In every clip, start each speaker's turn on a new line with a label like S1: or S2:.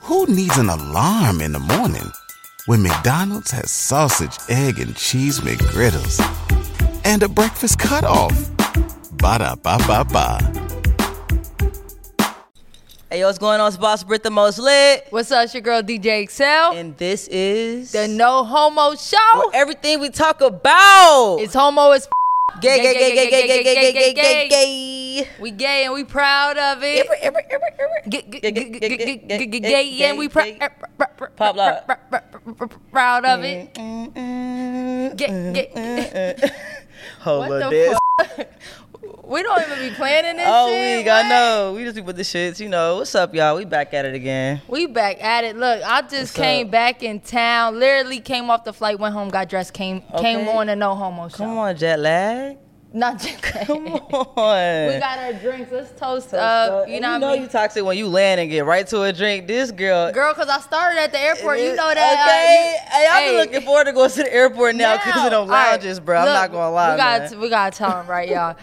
S1: Who needs an alarm in the morning when McDonald's has sausage, egg, and cheese McGriddles and a breakfast cutoff? Ba da ba ba ba.
S2: Hey, yo, what's going on? It's Boss Brit the most lit,
S3: What's up? It's your girl DJ Excel.
S2: and this is
S3: The No Homo Show.
S2: Where everything we talk about.
S3: It's homo as f-
S2: gay, gay, gay, gay, gay, gay, gay, gay, gay,
S3: gay,
S2: gay.
S3: we gay and we proud of it. G- g- g- g- g- g- g- g- Gay and we prou- pr- pr- pr-
S2: Pop lock.
S3: pr- pr- pr- pr- pr- proud of
S2: Mm,
S3: it. Gay- gay-
S2: Hold
S3: What
S2: up,
S3: the
S2: this.
S3: We don't even be planning this
S2: Oh,
S3: shit.
S2: we I
S3: what?
S2: know. We just be with the shits, you know. What's up, y'all? We back at it again.
S3: We back at it. Look, I just
S2: up?
S3: came back in town. Literally came off the flight, went home, got dressed, came
S2: Okay.
S3: came on the No Homo Show.
S2: Come on, jet lag.
S3: Not just
S2: Come on.
S3: We got our drinks. Let's toast,
S2: Uh,
S3: up. You know
S2: you
S3: what
S2: know
S3: I mean?
S2: you toxic when you land and get right to a drink. This girl,
S3: Girl, because I started at the airport. You know
S2: Okay.
S3: that. uh, you-
S2: hey, I've been
S3: Hey,
S2: looking forward to going to the airport now because of them
S3: all right,
S2: lounges, bro. I'm
S3: look,
S2: not gonna lie.
S3: We got
S2: man.
S3: to we got to tell them right, y'all.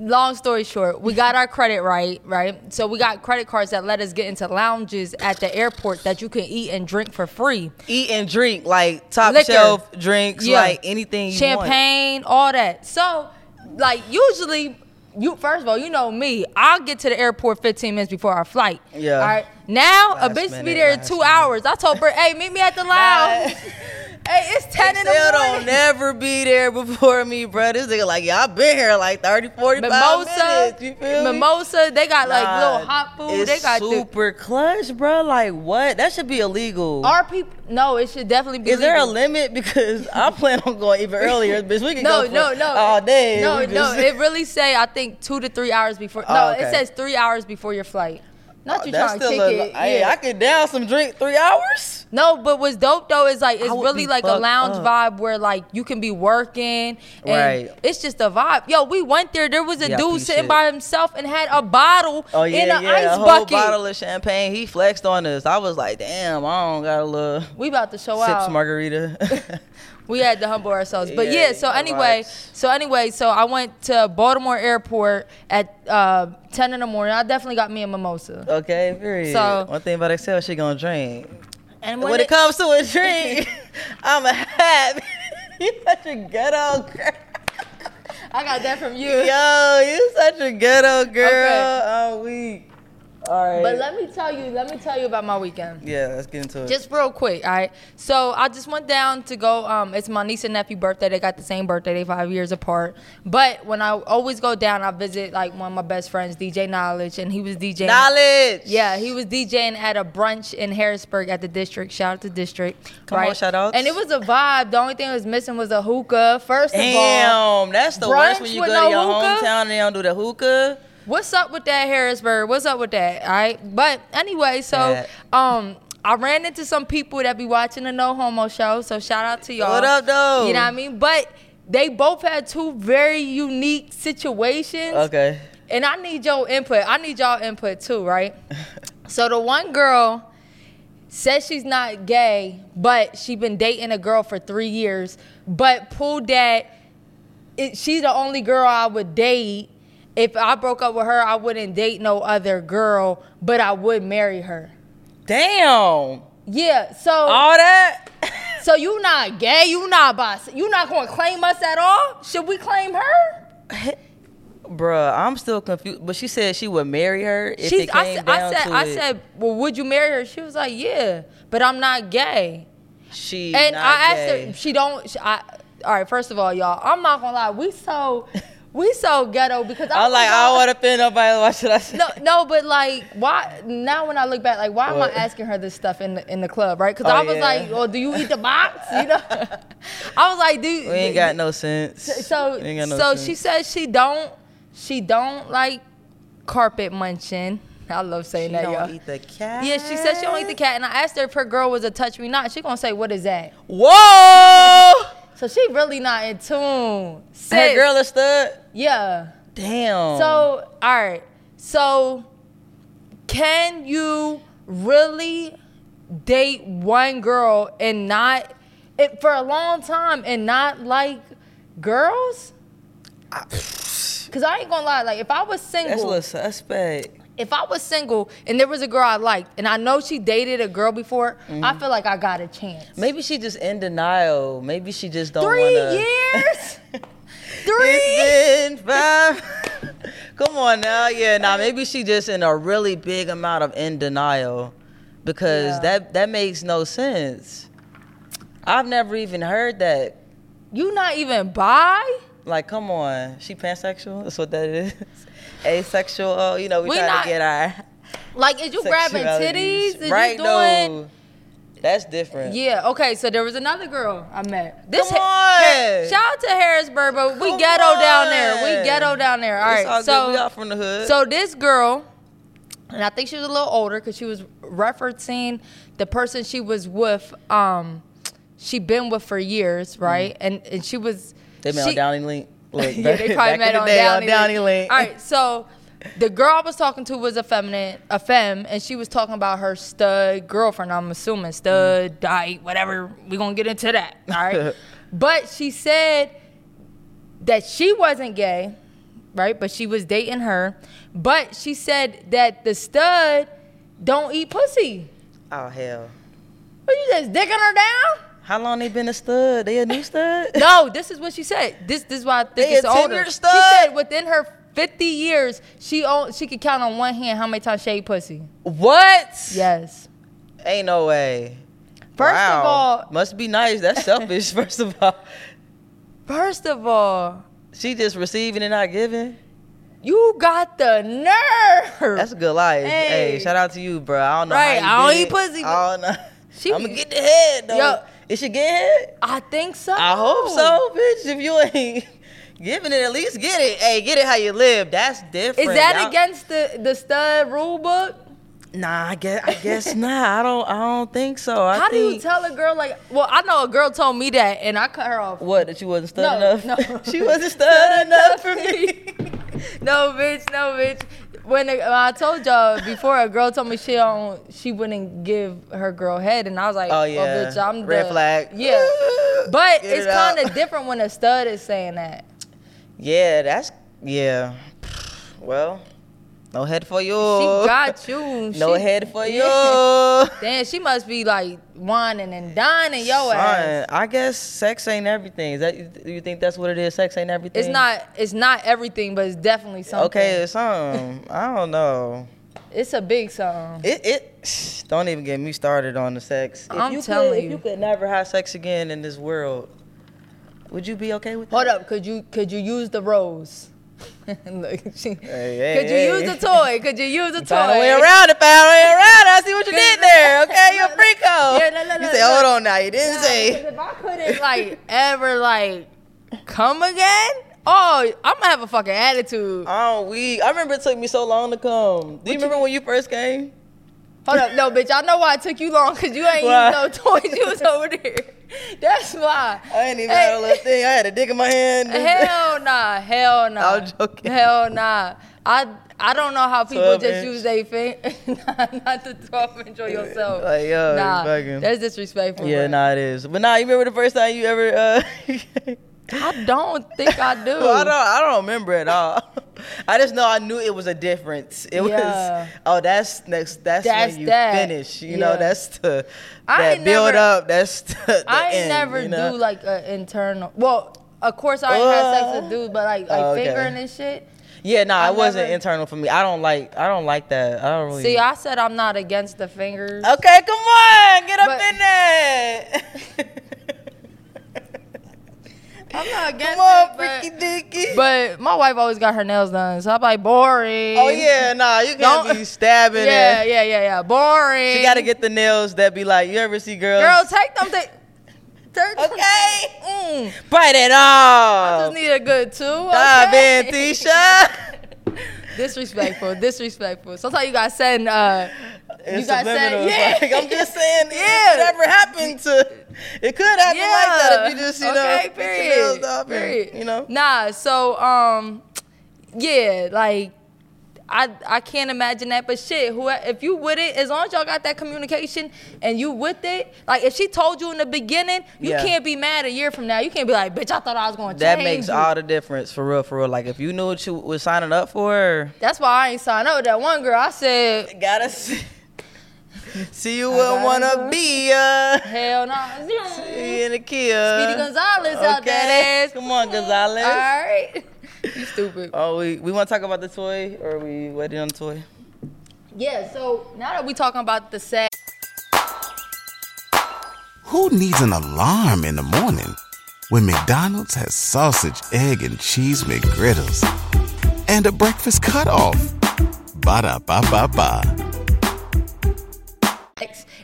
S3: Long story short, we got our credit right, right? So we got credit cards that let us get into lounges at the airport that you can eat and drink for free.
S2: eat and drink like top
S3: Liquor.
S2: shelf drinks, like anything you want.
S3: champagne, all that. So, like usually, you first of all, you know me. I'll get to the airport 15 minutes before our flight.
S2: Yeah.
S3: All right. Now
S2: Last
S3: a bitch be
S2: minute,
S3: there in
S2: last
S3: two
S2: minute.
S3: hours. I told her, hey, meet me at the lounge. hey, it's 10 in
S2: Excel
S3: the
S2: don't
S3: morning.
S2: never be there before me, bro. This nigga like, yeah, I've been here like 30, 45
S3: Mimosa,
S2: minutes. You feel me?
S3: mimosa. They got like
S2: Nah,
S3: little hot food.
S2: It's
S3: They got the-
S2: super clutch, bro. Like what? That should be illegal.
S3: our people. No, it should definitely be.
S2: Is there a
S3: legal.
S2: limit? Because I plan on going even earlier, bitch. We can
S3: No,
S2: go for Oh,
S3: no, no.
S2: all day.
S3: No,
S2: We
S3: no.
S2: just-
S3: It really say I think two to three hours before.
S2: Oh,
S3: no,
S2: okay.
S3: it says three hours before your flight. Oh, Not you
S2: That's
S3: trying to
S2: still
S3: kick
S2: a,
S3: it.
S2: Hey,
S3: yeah.
S2: I could down some drink three hours.
S3: No, but what's dope though is like it's
S2: I would be
S3: really like a
S2: fucked
S3: lounge
S2: up.
S3: vibe where like you can be working and
S2: Right.
S3: it's just a vibe. Yo, we went there. There was a
S2: Yeah,
S3: dude
S2: piece
S3: sitting
S2: shit.
S3: by himself and had a bottle
S2: Oh yeah,
S3: in an
S2: yeah,
S3: ice
S2: a whole
S3: bucket.
S2: bottle of champagne. He flexed on us. I was like, damn, I don't got a little
S3: we about to show
S2: sips
S3: out.
S2: margarita.
S3: We had to humble ourselves. But
S2: Yeah,
S3: yeah, so
S2: you got
S3: anyway,
S2: vibes.
S3: so anyway, so I went to Baltimore Airport at uh, ten in the morning. I definitely got me a mimosa.
S2: okay, period.
S3: So-
S2: one thing about Excel, she gonna drink.
S3: And
S2: When, it, comes to a drink, I'm a hat. you such a ghetto girl.
S3: I got that from you.
S2: Yo, you such a ghetto girl.
S3: Okay.
S2: I'm weak. All right.
S3: But let me tell you, let me tell you about my weekend.
S2: yeah, let's get into it.
S3: Just real quick, all right. So I just went down to go. Um, it's my niece and nephew birthday. They got the same birthday. They five years apart. But when I always go down, I visit like one of my best friends, DJ Knowledge, and he was DJing.
S2: Knowledge.
S3: Yeah, he was DJing at a brunch in Harrisburg at the district. Shout out to district.
S2: Come on, shout outs.
S3: And it was a vibe. The only thing that was missing was a hookah. First of all,
S2: Damn, that's the worst
S3: brunch
S2: when you go
S3: with
S2: to
S3: no
S2: your
S3: hookah?
S2: hometown and they don't do the hookah.
S3: What's up with that Harrisburg? What's up with that? All right. But anyway, so
S2: That.
S3: um I ran into some people that be watching the No Homo show, so shout out to y'all.
S2: What up, though?
S3: You know what I mean? But they both had two very unique situations.
S2: Okay.
S3: And I need your input. I need y'all input too, right? so the one girl says she's not gay, but she been dating a girl for three years, but pulled that it, she's the only girl I would date. If I broke up with her, I wouldn't date no other girl, but I would marry her.
S2: Damn.
S3: Yeah, so
S2: All that?
S3: so you not gay, you not boss, you not gonna claim us at all? Should we claim her?
S2: Bruh, I'm still confused. But she said she would marry her if
S3: She's,
S2: it
S3: I,
S2: came
S3: said, I
S2: down
S3: said,
S2: to
S3: I
S2: it.
S3: said, well, would you marry her? She was like, yeah, but I'm not gay.
S2: she
S3: And
S2: not
S3: I asked
S2: gay.
S3: her, she don't. She, I, all right, first of all, y'all, I'm not gonna lie, we so, we so ghetto because
S2: I'm like, I don't want to offend nobody. Why should I say?
S3: No, no, but like, why? Now when I look back, like, why am I
S2: What?
S3: asking her this stuff in the, in the club, right? Because
S2: Oh,
S3: I was
S2: yeah.
S3: like, well, do you eat the box? You know, I was like, do
S2: We ain't got no sense.
S3: so
S2: We ain't got no
S3: so
S2: sense.
S3: she says she don't she don't like carpet munching. I love saying
S2: She
S3: that,
S2: don't
S3: y'all.
S2: eat the cat.
S3: Yeah, she said she don't eat the cat, and I asked her if her girl was a touch me not. She gonna say what is that?
S2: Whoa!
S3: So she really not in tune.
S2: Her
S3: Sis,
S2: girl is stud.
S3: yeah.
S2: Damn.
S3: So all right. So can you really date one girl and not it, for a long time and not like girls? Cause I ain't gonna lie, like if I was
S2: that's a
S3: single,
S2: little suspect.
S3: if I was single and there was a girl I liked and I know she dated a girl before,
S2: Mm-hmm.
S3: I feel like I got a chance.
S2: Maybe she just in denial. Maybe she just don't
S3: Three
S2: wanna.
S3: years? Three?
S2: It's been five. Come on now, yeah. Now maybe she just in a really big amount of in denial, because
S3: Yeah.
S2: that that makes no sense. I've never even heard that.
S3: You not even bi?
S2: Like, come on, she pansexual. That's what that is. Asexual. Oh, You know, we,
S3: We
S2: try
S3: not
S2: to get our
S3: Like, is you grabbing
S2: sexualities.
S3: titties? Is
S2: right?
S3: you doing?
S2: No, that's different.
S3: Yeah. Okay. So there was another girl I met. This
S2: Come on.
S3: shout out to Harrisburg, but we
S2: Come
S3: ghetto down there.
S2: on.
S3: We ghetto down there. All
S2: It's
S3: right.
S2: all good.
S3: so
S2: we all from the hood.
S3: so this girl, and I think she was a little older because she was referencing the person she was with. Um, she been with for years, right? And and she was.
S2: Mm-hmm. they met
S3: she,
S2: on Downey Link. Look,
S3: yeah, they
S2: back
S3: probably
S2: in
S3: met
S2: the
S3: on,
S2: day
S3: Downey
S2: Link.
S3: All right, so the girl I was talking to was a feminine, a femme, and she was talking about her stud girlfriend. I'm
S2: Mm.
S3: assuming stud, dyke, whatever. We gonna get into that. All right, but she said that she wasn't gay, right? But she was dating her. But she said that the stud don't eat pussy.
S2: Oh hell.
S3: Are you just dicking her down?
S2: How long they been a stud? They a new stud?
S3: No, this is what she said. This this is why I think
S2: They
S3: it's
S2: a 10
S3: older.
S2: year
S3: She
S2: stud.
S3: said within her 50 years, she own, she could count on one hand how many times she ate pussy.
S2: What?
S3: Yes.
S2: Ain't no way.
S3: First
S2: Wow.
S3: of all,
S2: must be nice. That's selfish. First of all,
S3: first of all,
S2: she just receiving and not giving.
S3: you got the nerve.
S2: That's a good life. Hey,
S3: Hey.
S2: shout out to you, bro. I don't know.
S3: Right,
S2: How you
S3: I don't eat
S2: did it.
S3: pussy,
S2: I don't know.
S3: She-
S2: I'm gonna get the head though.
S3: Yo.
S2: Is she getting head?
S3: I think so.
S2: I hope so, bitch. If you ain't giving it, at least get it. Hey, get it how you live. That's
S3: Is
S2: different.
S3: that
S2: Y'all-
S3: against the the stud rule book?
S2: Nah, I guess I guess not. I don't. I don't think so. I
S3: How do you
S2: think-
S3: tell a girl like? Well, I know a girl told me that, and I cut her off.
S2: What that you wasn't stud
S3: No,
S2: enough?
S3: no.
S2: she wasn't stud enough for me.
S3: no, bitch, no, bitch. When a- I told y'all before, a girl told me she don't, she wouldn't give her girl head, and I was like,
S2: Oh yeah,
S3: bitch, I'm
S2: red
S3: done."
S2: flag.
S3: Yeah, but
S2: Get
S3: it's
S2: it out.
S3: kind of different when a stud is saying that.
S2: Yeah, that's yeah. Well, no head for you.
S3: She got you.
S2: Oh. no
S3: she,
S2: head for
S3: Yeah.
S2: you.
S3: Damn, she must be like whining and dining your
S2: Son,
S3: ass.
S2: I guess sex ain't everything. Is that you, you think that's what it is? Sex ain't everything.
S3: It's not, it's not everything, but it's definitely something.
S2: Okay, it's um, I don't know.
S3: it's a big something.
S2: It it don't even get me started on the sex. If
S3: I'm
S2: you
S3: telling
S2: could, if
S3: you.
S2: you could never have sex again in this world, would you be okay with that?
S3: Hold up, could you could you use the rose? Look, she-
S2: hey,
S3: could you
S2: hey.
S3: use the toy? Could you use the toy?
S2: Found a way around it. Found a way around it. I see what you
S3: Good.
S2: did there. Okay, you're a
S3: Look,
S2: freako.
S3: Yeah, look, look,
S2: you
S3: look,
S2: say,
S3: look.
S2: hold on now. You didn't
S3: Nah,
S2: say.
S3: 'cause if I couldn't like ever like come again, oh, I'm gonna have a fucking attitude.
S2: Oh, we. I remember it took me so long to come. Do you remember when you first came?
S3: Hold up, no, bitch, I know why it took you long because you ain't
S2: Why?
S3: used no toys. You was over there. That's why.
S2: I ain't even had a little thing. I had a dick in my hand.
S3: Hell nah, hell nah.
S2: I'm joking.
S3: Hell nah. I I don't know how people
S2: 12
S3: just
S2: inch.
S3: use their finger. not to twelve inch on yourself.
S2: Like, yo,
S3: nah,
S2: fucking-
S3: that's disrespectful.
S2: Yeah,
S3: bruh.
S2: nah, it is. But nah, you remember the first time you ever? Uh,
S3: I don't think I do.
S2: well, I don't. I don't remember at all. I just know I knew it was a difference. It
S3: Yeah.
S2: was. Oh, that's next. That's,
S3: That's
S2: when you
S3: that.
S2: finish. You know,
S3: Yeah.
S2: that's the
S3: I
S2: that
S3: ain't
S2: build
S3: never-
S2: up. That's the, the
S3: I ain't
S2: end,
S3: never
S2: you know?
S3: do like an internal. Well, of course I ain't had sex
S2: Uh,
S3: with dudes, but like like
S2: oh, okay.
S3: fingering and shit.
S2: Yeah, nah,
S3: I
S2: it wasn't
S3: never-
S2: internal for me. I don't like. I don't like that. I don't really.
S3: See, I said I'm not against the fingers.
S2: Okay, come on, get up
S3: But-
S2: in there.
S3: I'm not against
S2: come on,
S3: it, but,
S2: freaky dicky.
S3: but my wife always got her nails done, so I'm like boring.
S2: oh yeah, nah, you can't
S3: Don't-
S2: be stabbing.
S3: Yeah,
S2: Yeah,
S3: yeah, yeah, yeah. Boring.
S2: You gotta get the nails that be like. You ever see girls?
S3: Girl, take them. Take, take them.
S2: Okay.
S3: Mm.
S2: bite it
S3: I
S2: off.
S3: just need a good two. Okay.
S2: Dive in, Tisha.
S3: Disrespectful. Disrespectful. Sometimes you gotta send. Uh,
S2: It's
S3: gotta say-
S2: subliminal.
S3: yeah.
S2: Like, I'm just saying. Yeah.
S3: Yeah.
S2: Whatever happened to, it could happen like that if you just you know
S3: okay,
S2: get your
S3: period.
S2: nails off and,
S3: period.
S2: you know.
S3: Nah. So um, yeah, like I I can't imagine that. But shit, who if you with it, as long as y'all got that communication and you with it, like if she told you in the beginning, you
S2: Yeah.
S3: can't be mad a year from now. You can't be like, bitch, I thought I was gonna
S2: That
S3: change.
S2: makes
S3: you."
S2: all the difference for real, for real. Like if you knew what you was signing up for,
S3: That's why I ain't signed up with that one girl. I said,
S2: gotta see, see you wouldn't wanna be uh
S3: hell no. Speedy
S2: in a Kia.
S3: Gonzalez out that ass.
S2: Come on, Gonzalez.
S3: All right. you stupid.
S2: Oh, we we want to talk about the toy, or we waiting on the toy?
S3: Yeah, so now that we talking about the sex,
S1: Who needs an alarm in the morning when McDonald's has sausage, egg, and cheese McGriddles and a breakfast cutoff? Ba da ba ba ba.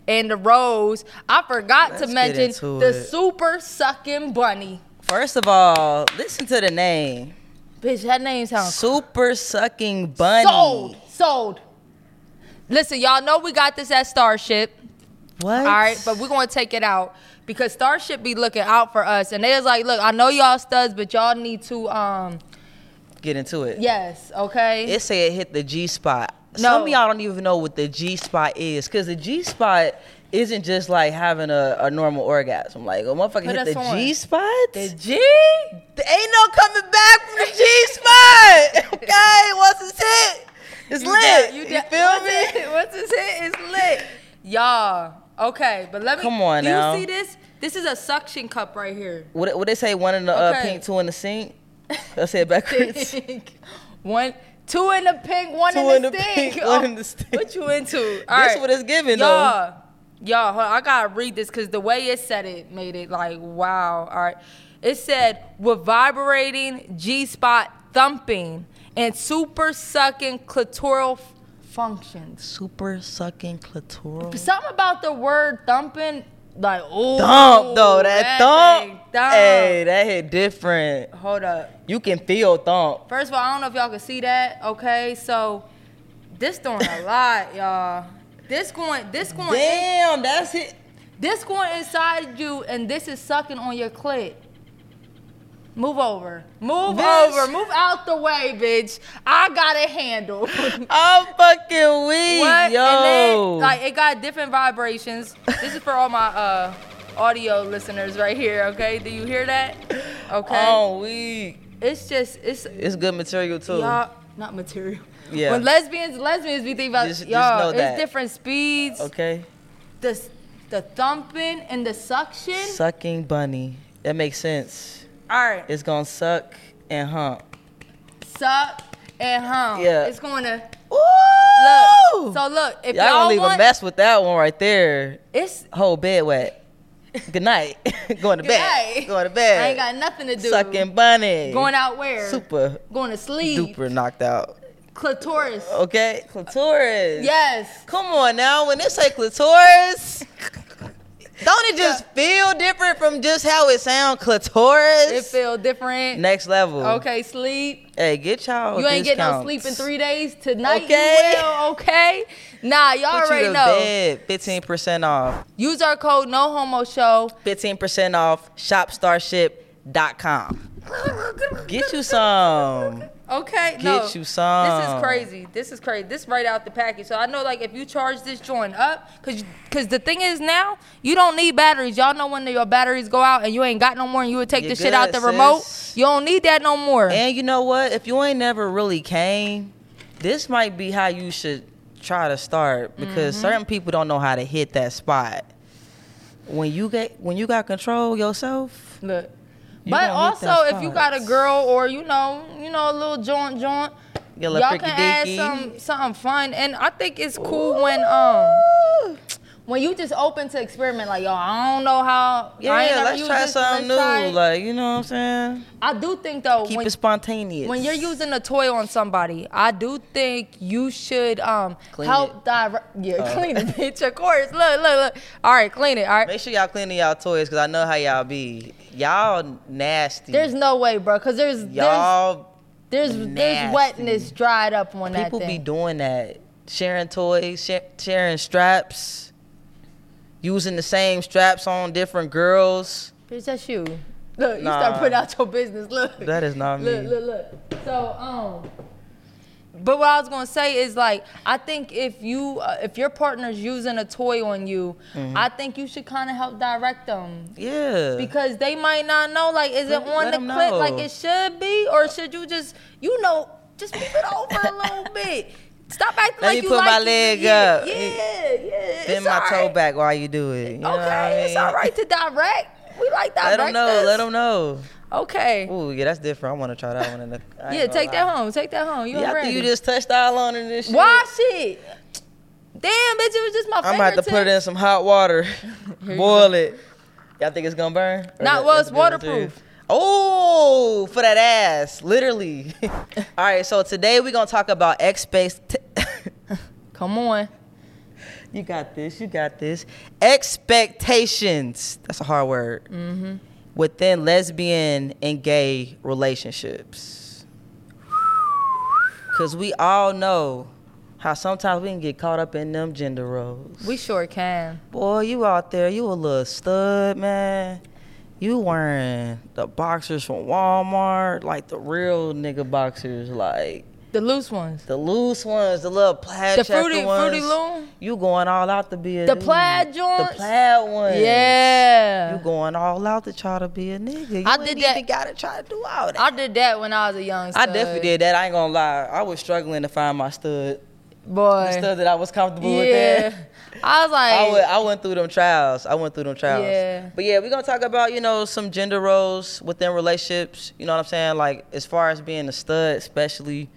S3: and the rose, I forgot
S2: Let's
S3: to
S2: get
S3: mention
S2: into
S3: the
S2: it.
S3: super sucking bunny.
S2: First of all, listen to the name,
S3: Bitch, that name sounds
S2: Super Sucking Bunny.
S3: sold. Sold. Listen, y'all know we got this at Starship.
S2: What?
S3: All right, but we're gonna take it out because Starship be looking out for us, and they was like, "Look, I know y'all studs, but y'all need to, um,
S2: get into it.
S3: yes, okay."
S2: It said hit the G spot. Some
S3: No.
S2: of y'all don't even know what the G spot is, cause the G spot isn't just like having a, a normal orgasm. Like a motherfucker
S3: Put
S2: hit
S3: us
S2: the
S3: on.
S2: G spot.
S3: the
S2: There
S3: G.
S2: ain't no coming back from the G spot. okay, once it's hit, it's
S3: You
S2: lit.
S3: da-
S2: You,
S3: da-
S2: feel
S3: once
S2: me?
S3: it- Once it's hit, it's lit, y'all. Okay, but let me.
S2: Come on
S3: do you
S2: now.
S3: see this? This is a suction cup right here.
S2: What, what they say? One in the uh,
S3: Okay.
S2: pink, two in the sink. I said backwards.
S3: one, two in the pink, one
S2: Two
S3: in the,
S2: in the
S3: stink.
S2: pink, one in the stink.
S3: What you into? All
S2: This
S3: right.
S2: what it's giving, though.
S3: y'all. Y'all, hold on, I gotta read this because the way it said it made it like wow. All right, it said with vibrating G spot thumping and super sucking clitoral f- functions.
S2: Super sucking clitoral.
S3: Something about the word thumping, like oh,
S2: Thump though, that,
S3: thing
S2: thump.
S3: thump.
S2: Hey, that hit different.
S3: Hold up.
S2: You can feel thump.
S3: First of all, I don't know if y'all can see that. Okay, so this doing a lot, y'all. This going, this going, in-
S2: Damn, that's it.
S3: this going inside you, and this is sucking on your clit. Move over, move
S2: Bitch.
S3: over, move out the way, bitch. I got it handled. what?
S2: I'm fucking weak,
S3: And
S2: yo.
S3: then, like it got different vibrations. This is for all my uh audio listeners right here. Okay, do you hear that? Okay,
S2: I'm weak.
S3: it's just it's
S2: It's good material too.
S3: Y'all, not material.
S2: Yeah.
S3: When lesbians, lesbians, we think about
S2: Just- just
S3: y'all.
S2: know that.
S3: It's different speeds.
S2: Okay,
S3: The s- the thumping and the suction.
S2: sucking bunny. That makes sense.
S3: All right.
S2: It's gonna suck and hump.
S3: Suck and hum.
S2: Yeah.
S3: It's going to
S2: Ooh!
S3: look. So look, if
S2: y'all
S3: y'all,
S2: gonna leave
S3: want,
S2: a mess with that one right there.
S3: it's
S2: Whole bed wet. Good night. going to
S3: Good
S2: bed.
S3: night.
S2: Going to bed.
S3: I ain't got nothing to do.
S2: Sucking bunny.
S3: Going out where?
S2: Super
S3: Going to sleep.
S2: duper Oh, knocked out.
S3: Clitoris.
S2: Okay, clitoris.
S3: Yes.
S2: Come on now, when they say clitoris, don't it just feel different from just how it sounds? Clitoris.
S3: It feel different.
S2: Next level.
S3: Okay, sleep.
S2: Hey, get y'all.
S3: You ain't get no
S2: Oh, discounts.
S3: sleep in three days. Tonight
S2: Okay.
S3: you will, okay? Nah, y'all
S2: Put
S3: already
S2: you to
S3: know.
S2: bed. Fifteen percent off.
S3: Use our code No Homo Show.
S2: Fifteen percent off. Shopstarship.com. Get you some.
S3: Okay,
S2: Get
S3: no.
S2: you some.
S3: This is crazy. This is crazy. This right out the package. So I know, like, if you charge this joint up, cause, you- cause the thing is now you don't need batteries. Y'all know when your batteries go out and you ain't got no more, and you would take
S2: You
S3: the shit out the
S2: good,
S3: remote.
S2: sis.
S3: You don't need that no more.
S2: And you know what? If you ain't never really came, this might be how you should try to start
S3: Mm-hmm.
S2: because certain people don't know how to hit that spot. When you get when you got control yourself,
S3: Look.
S2: You gonna
S3: But
S2: hit
S3: also,
S2: them
S3: if you got a
S2: spots.
S3: girl or you know, you know, a little joint, joint,
S2: Your little
S3: y'all can add
S2: fricky-dicky.
S3: some something fun. And I think it's cool when um when you just open to experiment. Like, yo, I don't know how.
S2: yeah,
S3: I ain't never
S2: let's
S3: used
S2: try
S3: this, so
S2: something new.
S3: let's try it.
S2: Like you know what I'm saying?
S3: I do think though,
S2: Keep
S3: when,
S2: it spontaneous.
S3: when you're using a toy on somebody, I do think you should um
S2: Clean
S3: help
S2: it.
S3: diver- yeah,
S2: Uh.
S3: clean it, bitch. Of course. Look, look, look. All right, clean it. All right.
S2: make sure y'all cleaning y'all toys because I know how y'all be. Y'all nasty.
S3: There's no way, bro, because there's
S2: y'all
S3: there's there's, there's
S2: nasty.
S3: wetness dried up on that
S2: people be
S3: thing.
S2: doing that, sharing toys, sha- sharing straps, using the same straps on different girls.
S3: bitch, that's you. Look, you
S2: Nah.
S3: start putting out your business. Look,
S2: That is not me.
S3: Look, look, look. So um, But what I was gonna say is like I think if you uh, if your partner's using a toy on you, I think you should kind of help direct them
S2: Mm-hmm. Yeah.
S3: because they might not know like is it
S2: Let-
S3: on
S2: let
S3: the
S2: 'em
S3: clip
S2: know.
S3: like it should be or should you just you know just move it over a little bit. Stop acting
S2: Let
S3: like
S2: me
S3: you
S2: put
S3: like
S2: my
S3: it.
S2: leg
S3: yeah,
S2: up.
S3: Yeah,
S2: It-
S3: yeah.
S2: Bend
S3: it's
S2: my
S3: all
S2: toe
S3: right.
S2: back while you do it. You know
S3: okay,
S2: what I
S3: it's
S2: mean?
S3: all right to direct. We like direct.
S2: Let them know. Let them know.
S3: Okay.
S2: Ooh, yeah, that's different. I want to try that one. In the, I ain't
S3: yeah,
S2: gonna
S3: take
S2: lie.
S3: that home. Take that home.
S2: Yeah,
S3: You and
S2: after you
S3: Randy.
S2: just touched all on and this shit.
S3: Wash it. Damn, bitch, it was just my
S2: I'm about to
S3: fingertips.
S2: put it in some hot water, boil it. Y'all think it's gonna burn? Or
S3: Nah,
S2: that-
S3: well,
S2: that's
S3: it's
S2: the difference
S3: waterproof.
S2: here? Oh, for that ass, literally. All right, so today we're gonna talk about expect.
S3: Come on.
S2: you got this. You got this. Expectations. That's a hard word. Within lesbian and gay relationships, because we all know how sometimes we can get caught up in them gender roles.
S3: We sure can.
S2: Boy, you out there, you a little stud, man. You wearing the boxers from Walmart, like the real nigga boxers, like
S3: The loose ones.
S2: the loose ones, the little plaid,
S3: The
S2: checkered
S3: fruity-
S2: ones.
S3: fruity loom?
S2: You going all out to be a
S3: The
S2: dude.
S3: plaid
S2: the
S3: joints?
S2: plaid ones.
S3: Yeah.
S2: you going all out to try to be a nigga. You
S3: I
S2: ain't
S3: did that-
S2: Even gotta try to do all that.
S3: I did that when I was a young
S2: I
S3: stud.
S2: definitely did that. I ain't gonna lie. I was struggling to find my stud, the
S3: Boy.
S2: stud that I was comfortable with.
S3: yeah.
S2: There.
S3: I was
S2: I,
S3: like,
S2: went, I went through them trials. I went through them trials.
S3: Yeah.
S2: But yeah, we're gonna talk about you know some gender roles within relationships. You know what I'm saying? Like as far as being a stud, especially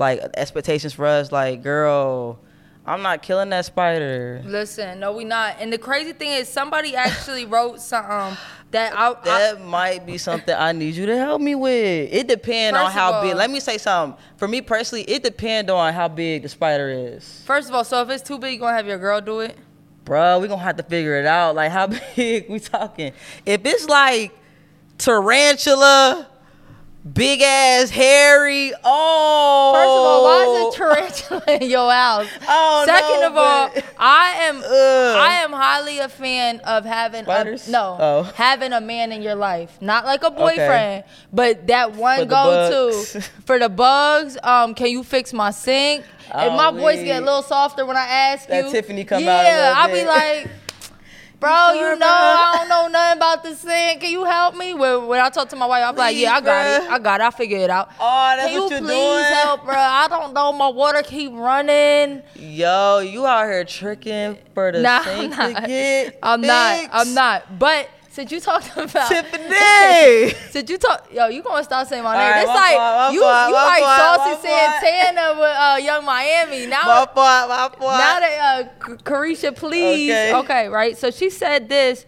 S2: like expectations for us. Like, girl, I'm not killing that spider.
S3: listen, no, we not. And the crazy thing is, somebody actually wrote something that I. I
S2: That might be something I need you to help me with. It depends on
S3: First of
S2: how
S3: all-
S2: big. Let me say something. For me personally, it depends on how big the spider is.
S3: first of all, so if it's too big, you gonna have your girl do it.
S2: Bruh, we gonna have to figure it out. Like how big we talking? If it's like tarantula, big ass hairy, oh.
S3: First of all, why is a tarantula in your house?
S2: I don't
S3: Second
S2: know,
S3: of all,
S2: but-
S3: I am
S2: Ugh.
S3: I am highly a fan of having a,
S2: Spiders?
S3: no
S2: Oh.
S3: having a man in your life, not like a boyfriend, but that
S2: For
S3: one
S2: the
S3: go to
S2: bugs.
S3: for the bugs. Um, can you fix my sink? If my
S2: Oh,
S3: voice
S2: wee.
S3: get a little softer when I ask
S2: That
S3: you,
S2: Tiffany come
S3: yeah,
S2: out a little
S3: I'll
S2: bit.
S3: be like. Bro,
S2: You
S3: you
S2: sure,
S3: know I
S2: bruh?"
S3: don't know nothing about the sink. Can you help me? When, when I talk to my wife, I'm like,
S2: Please,
S3: yeah, I got
S2: bruh.
S3: it. I got it. I figure it out.
S2: Oh, that's
S3: Can you
S2: what you're
S3: please
S2: doing?
S3: help, bro? I don't know. My water keep running.
S2: Yo, you out here tricking for the
S3: Nah, I'm
S2: sink
S3: not.
S2: to get.
S3: I'm not. I'm
S2: fixed?
S3: not. But since you talked about
S2: Tiffany.
S3: Since you talk, yo, you gonna stop saying my
S2: All
S3: name?
S2: right,
S3: it's
S2: my
S3: like
S2: fault, my
S3: you,
S2: fault,
S3: you
S2: my
S3: like
S2: fault, my
S3: Saucy
S2: fault.
S3: Santana with uh, Young Miami. Now,
S2: my fault. My fault.
S3: now that uh, K- Carisha, please,
S2: Okay.
S3: okay. right? So she said this,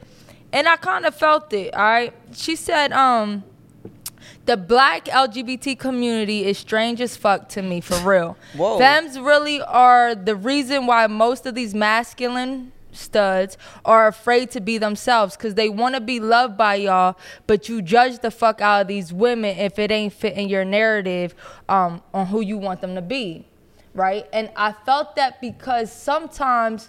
S3: and I kind of felt it. All right, she said, um. The black LGBT community is strange as fuck to me, for real.
S2: Whoa.
S3: Femmes really are the reason why most of these masculine studs are afraid to be themselves because they want to be loved by y'all, but you judge the fuck out of these women if it ain't fitting your narrative um, on who you want them to be, right? And I felt that because sometimes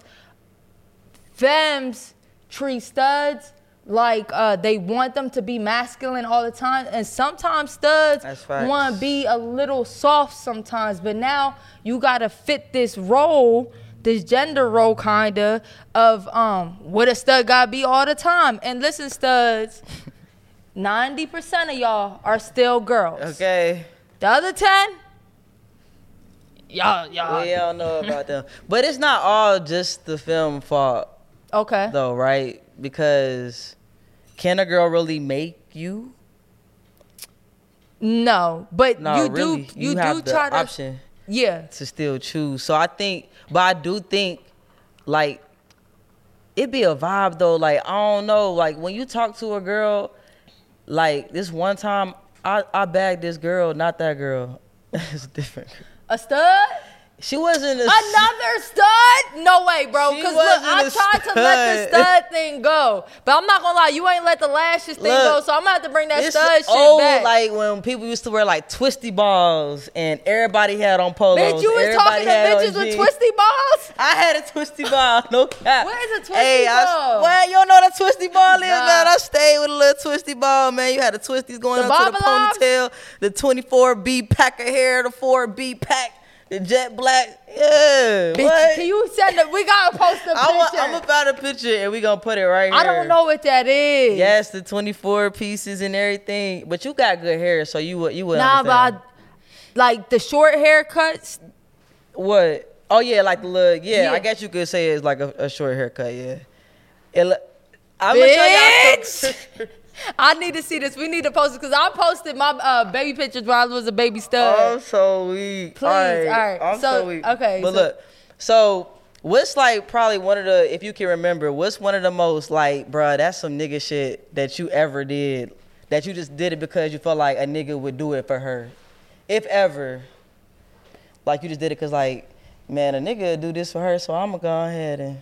S3: femmes treat studs like uh, they want them to be masculine all the time, and sometimes studs
S2: That's facts.
S3: want to be a little soft sometimes. But now you gotta fit this role, this gender role, kinda of um, what a stud gotta be all the time. And listen, studs, ninety percent of y'all are still girls.
S2: okay.
S3: The other ten, y'all, y'all.
S2: We all know about them. But it's not all just the film fault,
S3: Okay.
S2: though, right? Because can a girl really make you?
S3: No, but
S2: No,
S3: you
S2: really.
S3: do. You, do
S2: have the
S3: try to.
S2: option
S3: Yeah.
S2: to still choose. So I think, but I do think, like, it be a vibe though. Like I don't know. Like when you talk to a girl, like this one time, I I bagged this girl, not that girl. it's a different. girl.
S3: A stud?
S2: She wasn't a
S3: Another stud? No way, bro.
S2: She
S3: Because look,
S2: wasn't
S3: I
S2: a
S3: tried to let the
S2: stud.
S3: stud thing go. But I'm not gonna lie, you ain't let the lashes thing
S2: Look,
S3: go, so I'm gonna have to bring that
S2: It's
S3: stud shit
S2: old,
S3: back.
S2: like when people used to wear like twisty balls and everybody had on polos.
S3: Bitch, you was
S2: everybody
S3: talking to
S2: had on
S3: bitches with
S2: jeans.
S3: twisty balls?
S2: I had a twisty ball, no cap.
S3: What is a twisty
S2: hey, I,
S3: ball?
S2: well, you don't know what a twisty ball is,
S3: Nah.
S2: man. I stayed with a little twisty ball, man. You had the twisties going
S3: The
S2: up to the
S3: Bob-a-lobs?
S2: ponytail, the 24B pack of hair, the 4B pack. The jet black. Yeah.
S3: Bitch,
S2: what?
S3: can you send it? We gotta post a picture.
S2: I'm,
S3: I,
S2: a, I'm about a picture and we gonna put it right here.
S3: don't know what that is.
S2: Yes, the 24 pieces and everything. But you got good hair, so you would you would
S3: Nah, but I,
S2: understand.
S3: like the short haircuts.
S2: what? Oh yeah, like the look. Yeah,
S3: Yeah.
S2: I guess you could say it's like a, a short haircut. Yeah. It, look- I'm gonna show y'all some
S3: Bitch! I need to see this. We need to post it because I posted my uh, baby pictures when I was a baby stud.
S2: I'm so weak.
S3: Please, alright.
S2: I'm
S3: So,
S2: so, weak.
S3: okay,
S2: But
S3: so-
S2: look, so what's like probably one of the, if you can remember, what's one of the most like, bruh, that's some nigga shit that you ever did, that you just did it because you felt like a nigga would do it for her, if ever. Like you just did it because like, man, a nigga do this for her, so I'ma go ahead and.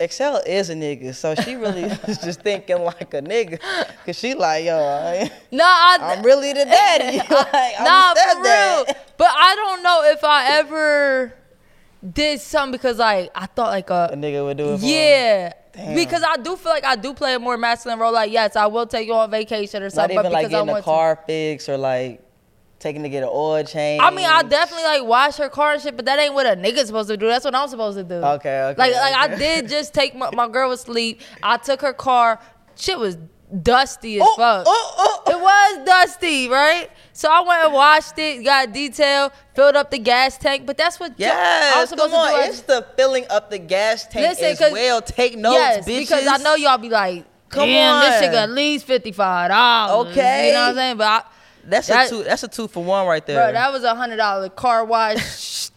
S2: Excel is a nigga, so she really was just thinking like a nigga, cause she like yo, I,
S3: No, I,
S2: am really the daddy. like, I'm
S3: nah,
S2: the
S3: for real.
S2: dad.
S3: But I don't know if I ever did something because like I thought like
S2: A
S3: a
S2: nigga would do it. For him.
S3: yeah. Because I do feel like I do play a more masculine role. Like, yes, I will take you on vacation or
S2: Not
S3: something.
S2: even
S3: but
S2: like
S3: because I
S2: getting a
S3: want
S2: car fix or like taking to get an oil change.
S3: to. I mean, I definitely like wash her car and shit, but that ain't what a nigga's supposed to do. That's what I'm supposed to do.
S2: Okay, okay,
S3: Like, like I
S2: okay.
S3: did just take my, my girl was sleep. I took her car. Shit was dusty as fuck.
S2: Oh, oh,
S3: It was dusty, right? So I went and washed it, got detail, filled up the gas tank. But that's what I was
S2: Yes,
S3: supposed
S2: come on.
S3: to do.
S2: It's the filling up the gas tank
S3: Listen,
S2: as
S3: 'cause-
S2: well. Take notes,
S3: yes,
S2: bitches.
S3: because I know y'all be like,
S2: Come
S3: damn, this shit
S2: on.
S3: got at least fifty five dollars.
S2: Okay.
S3: you know what I'm saying? But I,
S2: that's
S3: that-
S2: a two. That's a two for one right there.
S3: bro, that was a hundred dollar car wash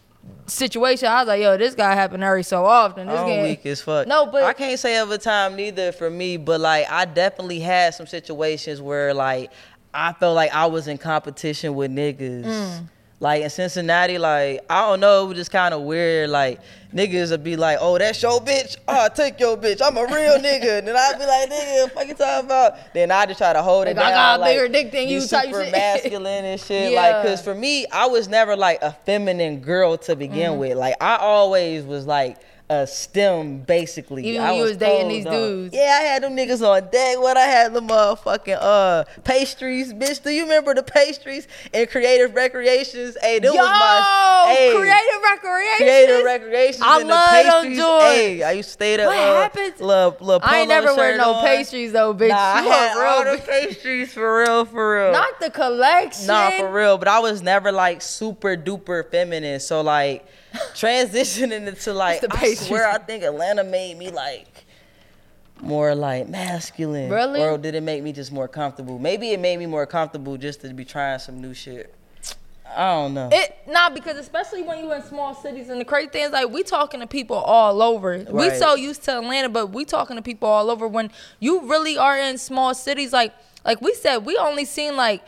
S3: situation. I was like, yo, this guy happened every so often. This
S2: I'm
S3: game,
S2: weak as fuck.
S3: No, but
S2: I can't say every time neither for me, but like I definitely had some situations where like I felt like I was in competition with niggas.
S3: Mm.
S2: Like in Cincinnati, like I don't know, it was just kind of weird. Like niggas would be like, "Oh, that's your bitch. Oh, I took your bitch. I'm a real nigga." And then I'd be like, "Nigga, fuck you talking about?" Then I just try to hold it
S3: Like,
S2: down.
S3: I got a
S2: like,
S3: bigger dick than
S2: be
S3: you type
S2: super
S3: shit.
S2: masculine and shit. Like,
S3: Yeah.
S2: cause for me, I was never like a feminine girl to
S3: Mm-hmm.
S2: begin with. Like I always was like a stem basically.
S3: Even
S2: I
S3: when you was dating
S2: cold
S3: these
S2: dog.
S3: dudes.
S2: Yeah, I had them niggas on deck. What I had the motherfucking uh pastries, bitch. Do you remember the pastries and creative recreations? Hey, that
S3: yo,
S2: was my hey,
S3: creative recreation.
S2: Creative recreations.
S3: I
S2: and
S3: love
S2: the
S3: them
S2: pastries.
S3: joints.
S2: Hey, I used to stay there.
S3: What
S2: uh,
S3: happened?
S2: Love, love.
S3: I ain't
S2: polo
S3: never wear
S2: shirt
S3: no
S2: on.
S3: pastries though, bitch.
S2: Nah, I
S3: you
S2: had
S3: are
S2: all
S3: real.
S2: the pastries for real, for real.
S3: Not the collection.
S2: Nah, for real. But I was never like super duper feminine. So like transitioning into like
S3: the
S2: I
S3: pastries.
S2: swear I think Atlanta made me like more like masculine.
S3: Really?
S2: Or did it make me just more comfortable? Maybe it made me more comfortable just to be trying some new shit. I don't know.
S3: It nah because especially when you in small cities and the crazy thing is like we talking to people all over. We
S2: Right.
S3: so used to Atlanta, but we talking to people all over when you really are in small cities. Like like we said, we only seen like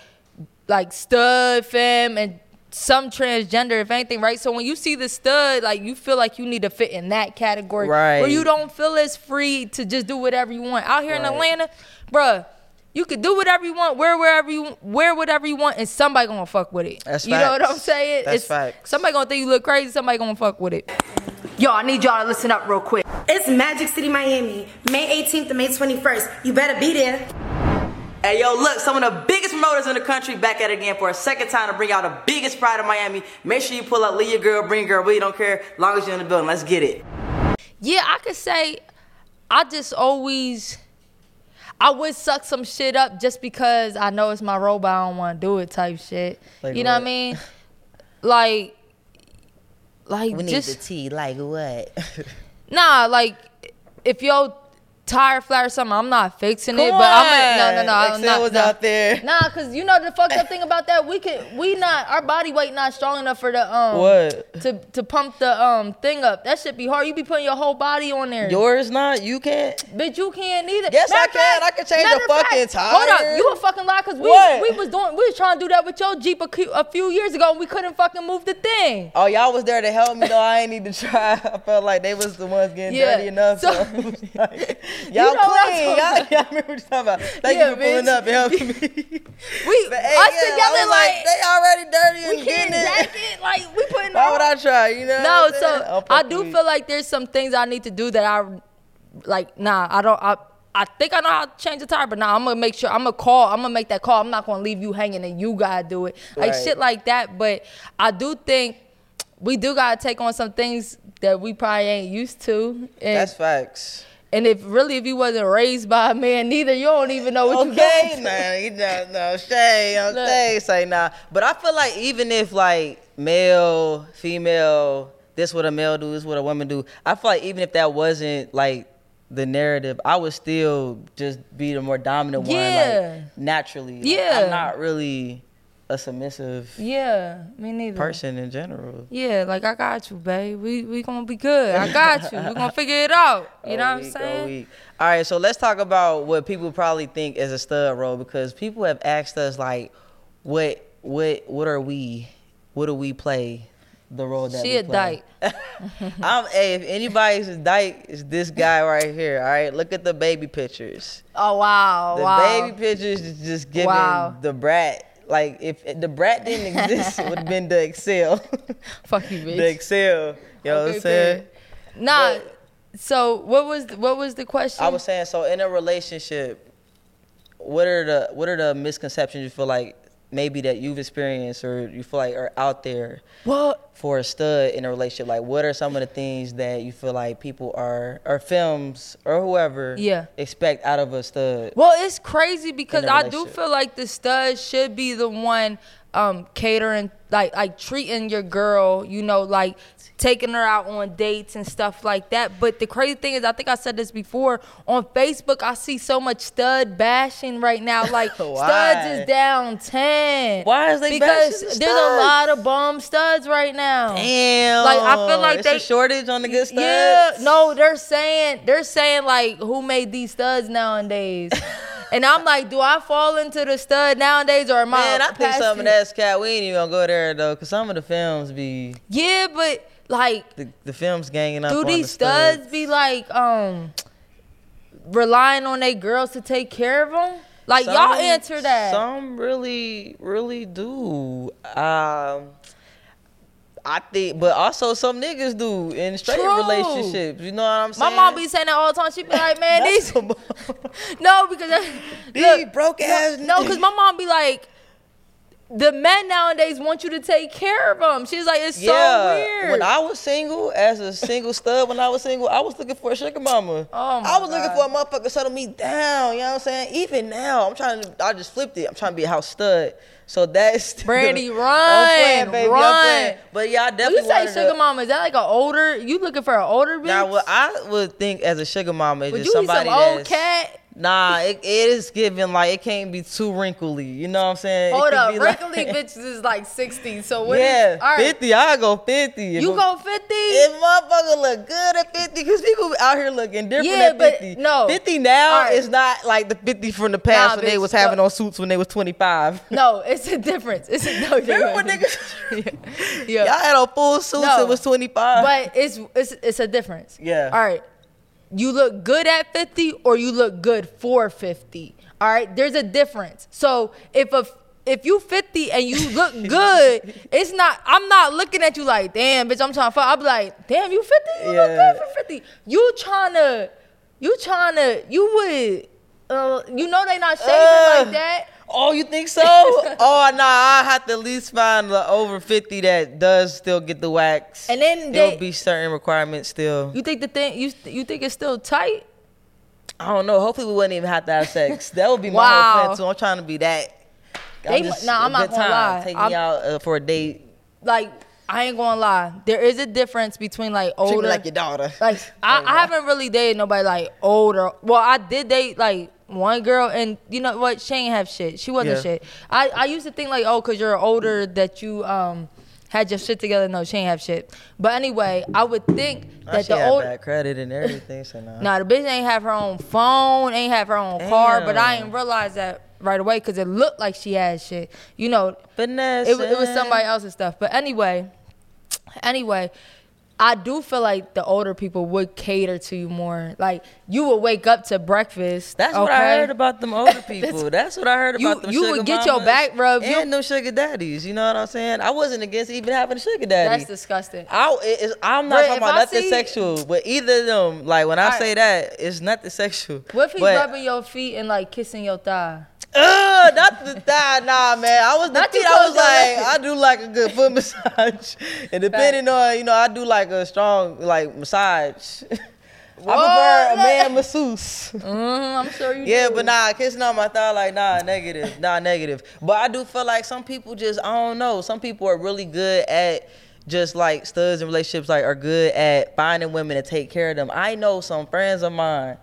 S3: like stud femme and some transgender, if anything, right? So when you see the stud, like you feel like you need to fit in that category, Where
S2: Right.
S3: you don't feel as free to just do whatever you want. Out here in
S2: Right.
S3: Atlanta, bruh, you could do whatever you want, wear wherever you wear whatever you want, and somebody gonna fuck with it.
S2: That's
S3: you know what I'm
S2: facts.
S3: saying?
S2: That's
S3: it's
S2: facts.
S3: Somebody gonna think you look crazy. Somebody gonna fuck with it.
S4: Yo, I need y'all to listen up real quick. It's Magic City, Miami, May 18th to May 21st. You better be there.
S5: Hey, yo, look, some of the biggest promoters in the country back at it again for a second time to bring out the biggest pride of Miami. Make sure you pull up, leave your girl, bring your girl. We don't care. Long as you're in the building, let's get it.
S3: Yeah, I could say I just always I would suck some shit up just because I know it's my role, but I don't want to do it type shit.
S2: Like
S3: you know what I
S2: what?
S3: mean? Like, like
S2: we need
S3: just
S2: the tea, like what?
S3: nah. Like if your tire flat or something, I'm not fixing it.
S2: Come
S3: But I'm no, no,
S2: on.
S3: no. I'm
S2: Excel
S3: not,
S2: was
S3: no.
S2: out there.
S3: Nah, cause you know the fucked up thing about that, we can we not our body weight not strong enough for the um
S2: What?
S3: to to pump the um thing up. That should be hard. You be putting your whole body on there.
S2: Yours not? You can't?
S3: Bitch, you can't either.
S2: Yes, I
S3: Matter of
S2: can.
S3: fact-
S2: I can change
S3: matter
S2: the
S3: of fact-
S2: fucking
S3: Hold
S2: tire.
S3: up, you a fucking lie, cause we
S2: What?
S3: we was doing we was trying to do that with your Jeep a, cu- a few years ago, and we couldn't fucking move the thing.
S2: Oh, y'all was there to help me though. I ain't need to try. I felt like they was the ones getting
S3: Yeah.
S2: dirty enough. So,
S3: So-
S2: I was like, Y'all
S3: know what I'm
S2: clean. Y'all,
S3: talking
S2: y'all remember what you're talking about. Thank
S3: Yeah,
S2: you for pulling
S3: bitch.
S2: up and helping me.
S3: We
S2: But, hey,
S3: us
S2: yeah, I
S3: together
S2: was they already dirty
S3: like, we
S2: and
S3: can't
S2: getting it.
S3: jacket like we putting.
S2: Why
S3: our-
S2: would I try? You know.
S3: No,
S2: what I'm saying?
S3: so
S2: I'll
S3: I
S2: fuck
S3: do
S2: with-
S3: feel like there's some things I need to do that I like. Nah, I don't. I I think I know how to change the tire, but nah, I'm gonna make sure. I'm gonna call. I'm gonna make that call. I'm not gonna leave you hanging and you gotta do it. Like
S2: Right.
S3: shit like that. But I do think we do gotta take on some things that we probably ain't used to. And,
S2: that's facts.
S3: and if really if you wasn't raised by a man, neither you don't even know what
S2: Okay,
S3: you got.
S2: nah, you know, no shade, okay, say nah. But I feel like even if like male, female, this what a male do, this what a woman do. I feel like even if that wasn't like the narrative, I would still just be the more dominant
S3: Yeah.
S2: one, like naturally. Like,
S3: Yeah.
S2: I'm not really a submissive
S3: Yeah, me neither.
S2: person in general.
S3: Yeah, like I got you, babe. We we gonna be good. I got you. We gonna figure it out. You know
S2: A
S3: what I'm
S2: week, a
S3: saying?
S2: week. All right, so let's talk about what people probably think is a stud role because people have asked us like, what, what, what are we? What do we play? The role that
S3: She
S2: we
S3: a
S2: play?
S3: dyke.
S2: I'm. Hey, if anybody's a dyke, it's this guy right here. All right, look at the baby pictures.
S3: Oh wow,
S2: The
S3: wow.
S2: baby pictures is just giving
S3: Wow.
S2: the brat. Like if the brat didn't exist, it would have been the Excel.
S3: Fuck you,
S2: the
S3: bitch.
S2: Excel. You know what
S3: Okay,
S2: I'm saying?
S3: period. Nah. so what was the, what was the question?
S2: I was saying so in a relationship, what are the what are the misconceptions you feel like maybe that you've experienced or you feel like are out there
S3: Well,
S2: for a stud in a relationship? Like what are some of the things that you feel like people are or films or whoever
S3: Yeah.
S2: expect out of a stud?
S3: well, it's crazy because
S2: In a
S3: I do
S2: relationship.
S3: feel like the stud should be the one um catering like like treating your girl, you know, like taking her out on dates and stuff like that. But the crazy thing is I think I said this before on Facebook I see so much stud bashing right now. Like studs
S2: Why?
S3: is down 10.
S2: Why is they
S3: Because
S2: bashing the
S3: there's a
S2: studs?
S3: lot of bum studs right now.
S2: Damn.
S3: Like I feel like
S2: it's
S3: they
S2: a shortage on the good studs.
S3: Yeah, no, they're saying they're saying like who made these studs nowadays. and I'm like, do I fall into the stud nowadays or am
S2: Man,
S3: I?
S2: I think
S3: past
S2: some of
S3: it?
S2: that's cat. We ain't even gonna go there though, cause some of the films be
S3: Yeah, but like,
S2: the, the films ganging up.
S3: do
S2: on
S3: these
S2: the studs.
S3: studs be like um relying on their girls to take care of them? Like y'all
S2: Some-
S3: answer that.
S2: Some really, really do. Um, I think, but also some niggas do in straight
S3: True.
S2: relationships. You know what I'm
S3: My
S2: saying?
S3: mom be saying that all the time. She be like, man,
S2: That's
S3: these
S2: some-
S3: no because I,
S2: These broke ass
S3: No, because my mom be like, the men nowadays want you to take care of them. She's like, it's so weird.
S2: when I was single, as a single stud, when I was single, I was looking for a sugar mama.
S3: Oh, my
S2: I was looking for a motherfucker to settle me down. You know what I'm saying? Even now, I'm trying to. I just flipped it. I'm trying to be a house stud. So that's still-
S3: Brandy,
S2: I'm
S3: run,
S2: playing, baby, I'm
S3: run.
S2: playing. But yeah, I
S3: When
S2: definitely.
S3: you say
S2: wanted to-
S3: sugar mama, is that like an older? You looking for an older bitch?
S2: Now, what I would think as a sugar mama is
S3: Would
S2: just
S3: you be some
S2: somebody
S3: old
S2: that's-
S3: cat?
S2: Nah, it, it is given like it can't be too wrinkly. You know what I'm saying? It
S3: Hold
S2: could
S3: up,
S2: be like-
S3: wrinkly bitches is like sixty. So what? is-
S2: yeah,
S3: all right.
S2: fifty. I go fifty. If
S3: You
S2: a-
S3: go fifty?
S2: If motherfucker look good at fifty, because people out here looking different
S3: Yeah,
S2: at
S3: but
S2: fifty.
S3: no.
S2: fifty now
S3: All right.
S2: is not like the fifty from the past
S3: Nah,
S2: when they
S3: bitch,
S2: was having
S3: look.
S2: on suits when they was twenty five.
S3: No, it's a difference. It's a no.
S2: Remember when niggas?
S3: niggas?
S2: Y'all had on full suits
S3: No.
S2: and was twenty five.
S3: but it's it's it's a difference.
S2: Yeah.
S3: All right. You look good at 50 or you look good for 50. All right? There's a difference. So if a if you 50 and you look good, it's not I'm not looking at you like, "Damn, bitch, I'm trying to fuck." I'll be like, "Damn, you 50? You
S2: Yeah.
S3: look good for 50." You trying to you trying to you would uh, you know they not shaving
S2: Ugh.
S3: like that.
S2: Oh, you think so? oh, nah, I have to at least find the over 50 that does still get the wax.
S3: And then they-
S2: there'll be certain requirements still.
S3: You think the thing you you think it's still tight?
S2: I don't know. Hopefully, we wouldn't even have to have sex. That would be my
S3: Wow.
S2: whole plan, too. I'm trying to be that.
S3: They mu-
S2: just
S3: nah,
S2: a
S3: I'm not
S2: good
S3: gonna
S2: time.
S3: lie.
S2: Take
S3: I'm-
S2: me out uh, for a date.
S3: like I ain't gonna lie, there is a difference between like
S2: Treat
S3: older,
S2: me like your daughter.
S3: like I, I haven't really dated nobody like older. Well, I did date like one girl, and you know what? She ain't have shit. She wasn't
S2: Yeah.
S3: shit. I I used to think like, oh, cause you're older that you um had your shit together. No, she ain't have shit. But anyway, I would think
S2: Nah,
S3: that
S2: she
S3: the
S2: had
S3: older.
S2: bad credit and everything. So nah.
S3: Nah, the bitch ain't have her own phone, ain't have her own car, but I
S2: Damn.
S3: ain't realize that right away because it looked like she had shit. You know,
S2: Finesse.
S3: it, wa- it was somebody else's stuff. But anyway, anyway, I do feel like the older people would cater to you more. Like you would wake up to breakfast.
S2: That's what I
S3: okay?
S2: heard about them older people. that's, what I heard
S3: You-
S2: about them.
S3: you
S2: sugar
S3: would get your
S2: mamas
S3: back rubbed. You-
S2: and no sugar daddies. You know what I'm saying? I wasn't against even having a sugar daddy.
S3: That's disgusting.
S2: I, it- it's- I'm not
S3: But
S2: talking
S3: if
S2: about
S3: I
S2: nothing
S3: see-
S2: sexual, but either of them, like when I
S3: Alright.
S2: say that, it's nothing sexual.
S3: What if he's
S2: but,
S3: rubbing your feet and like kissing your thigh?
S2: Ugh, not the thigh, nah, man. I was the
S3: Not you
S2: feet, I was
S3: supposed to
S2: like, I do like a good foot massage, and depending on, you know, I do like a strong like massage. I prefer a man masseuse. Mm-hmm,
S3: Mm, I'm sure you.
S2: Yeah,
S3: do.
S2: but nah, kissing on my thigh, like nah, negative, nah, negative. But I do feel like some people just, I don't know, some people are really good at just like studs and relationships, like are good at finding women to take care of them. I know some friends of mine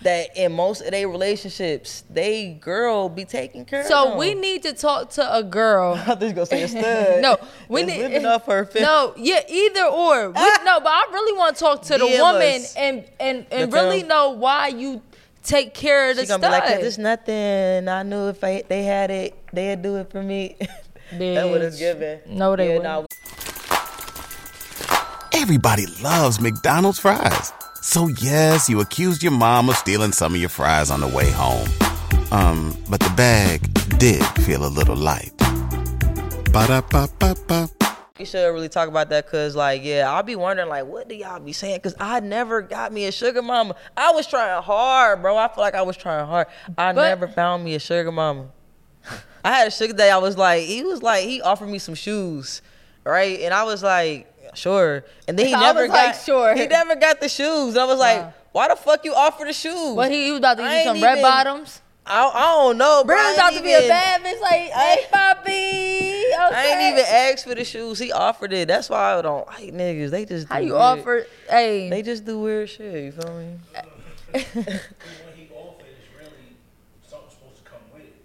S2: that in most of their relationships, they girl be taking care of
S3: So
S2: them.
S3: we need to talk to a girl.
S2: I was gonna say a stud.
S3: no, we
S2: that's
S3: need
S2: living off her fem-
S3: No, yeah, either or. We, no, but I really want to talk to the
S2: DM
S3: woman
S2: us.
S3: and and and
S2: The film.
S3: really know why you take care of the
S2: She
S3: stuff.
S2: gonna be like, "Cause it's nothing. I knew if I, they had it, they'd do it for me." That's what it's
S3: Bitch.
S2: giving.
S3: No, they
S2: Yeah,
S3: wouldn't.
S2: nah,
S1: Everybody loves McDonald's fries. So yes, you accused your mom of stealing some of your fries on the way home. Um, but the bag did feel a little light. Ba-da-ba-ba-ba.
S2: We should really talk about that because, like, yeah, I'll be wondering, like, what do y'all be saying? Because I never got me a sugar mama. I was trying hard, bro. I feel like I was trying hard. I
S3: But-
S2: never found me a sugar mama. I had a sugar day. I was like, he was like, he offered me some shoes, right? And I was like, sure. And then he
S3: I
S2: never
S3: was
S2: got,
S3: like, sure.
S2: He never got the shoes. And I was like,
S3: Wow.
S2: why the fuck you offer the shoes?
S3: Well, he, he was about to
S2: I
S3: give you
S2: ain't
S3: some red
S2: even-
S3: bottoms.
S2: I, I don't know, bro.
S3: Bro,
S2: I ain't
S3: was about to be a
S2: even-
S3: bad bitch. Like, hey, Poppy. Okay.
S2: I ain't even asked for the shoes. He offered it. That's why I don't like niggas. They just
S3: How
S2: do
S3: you
S2: weird-
S3: offer? Hey,
S2: They just do weird shit. You feel me?
S6: What he offered is really something supposed to come with it.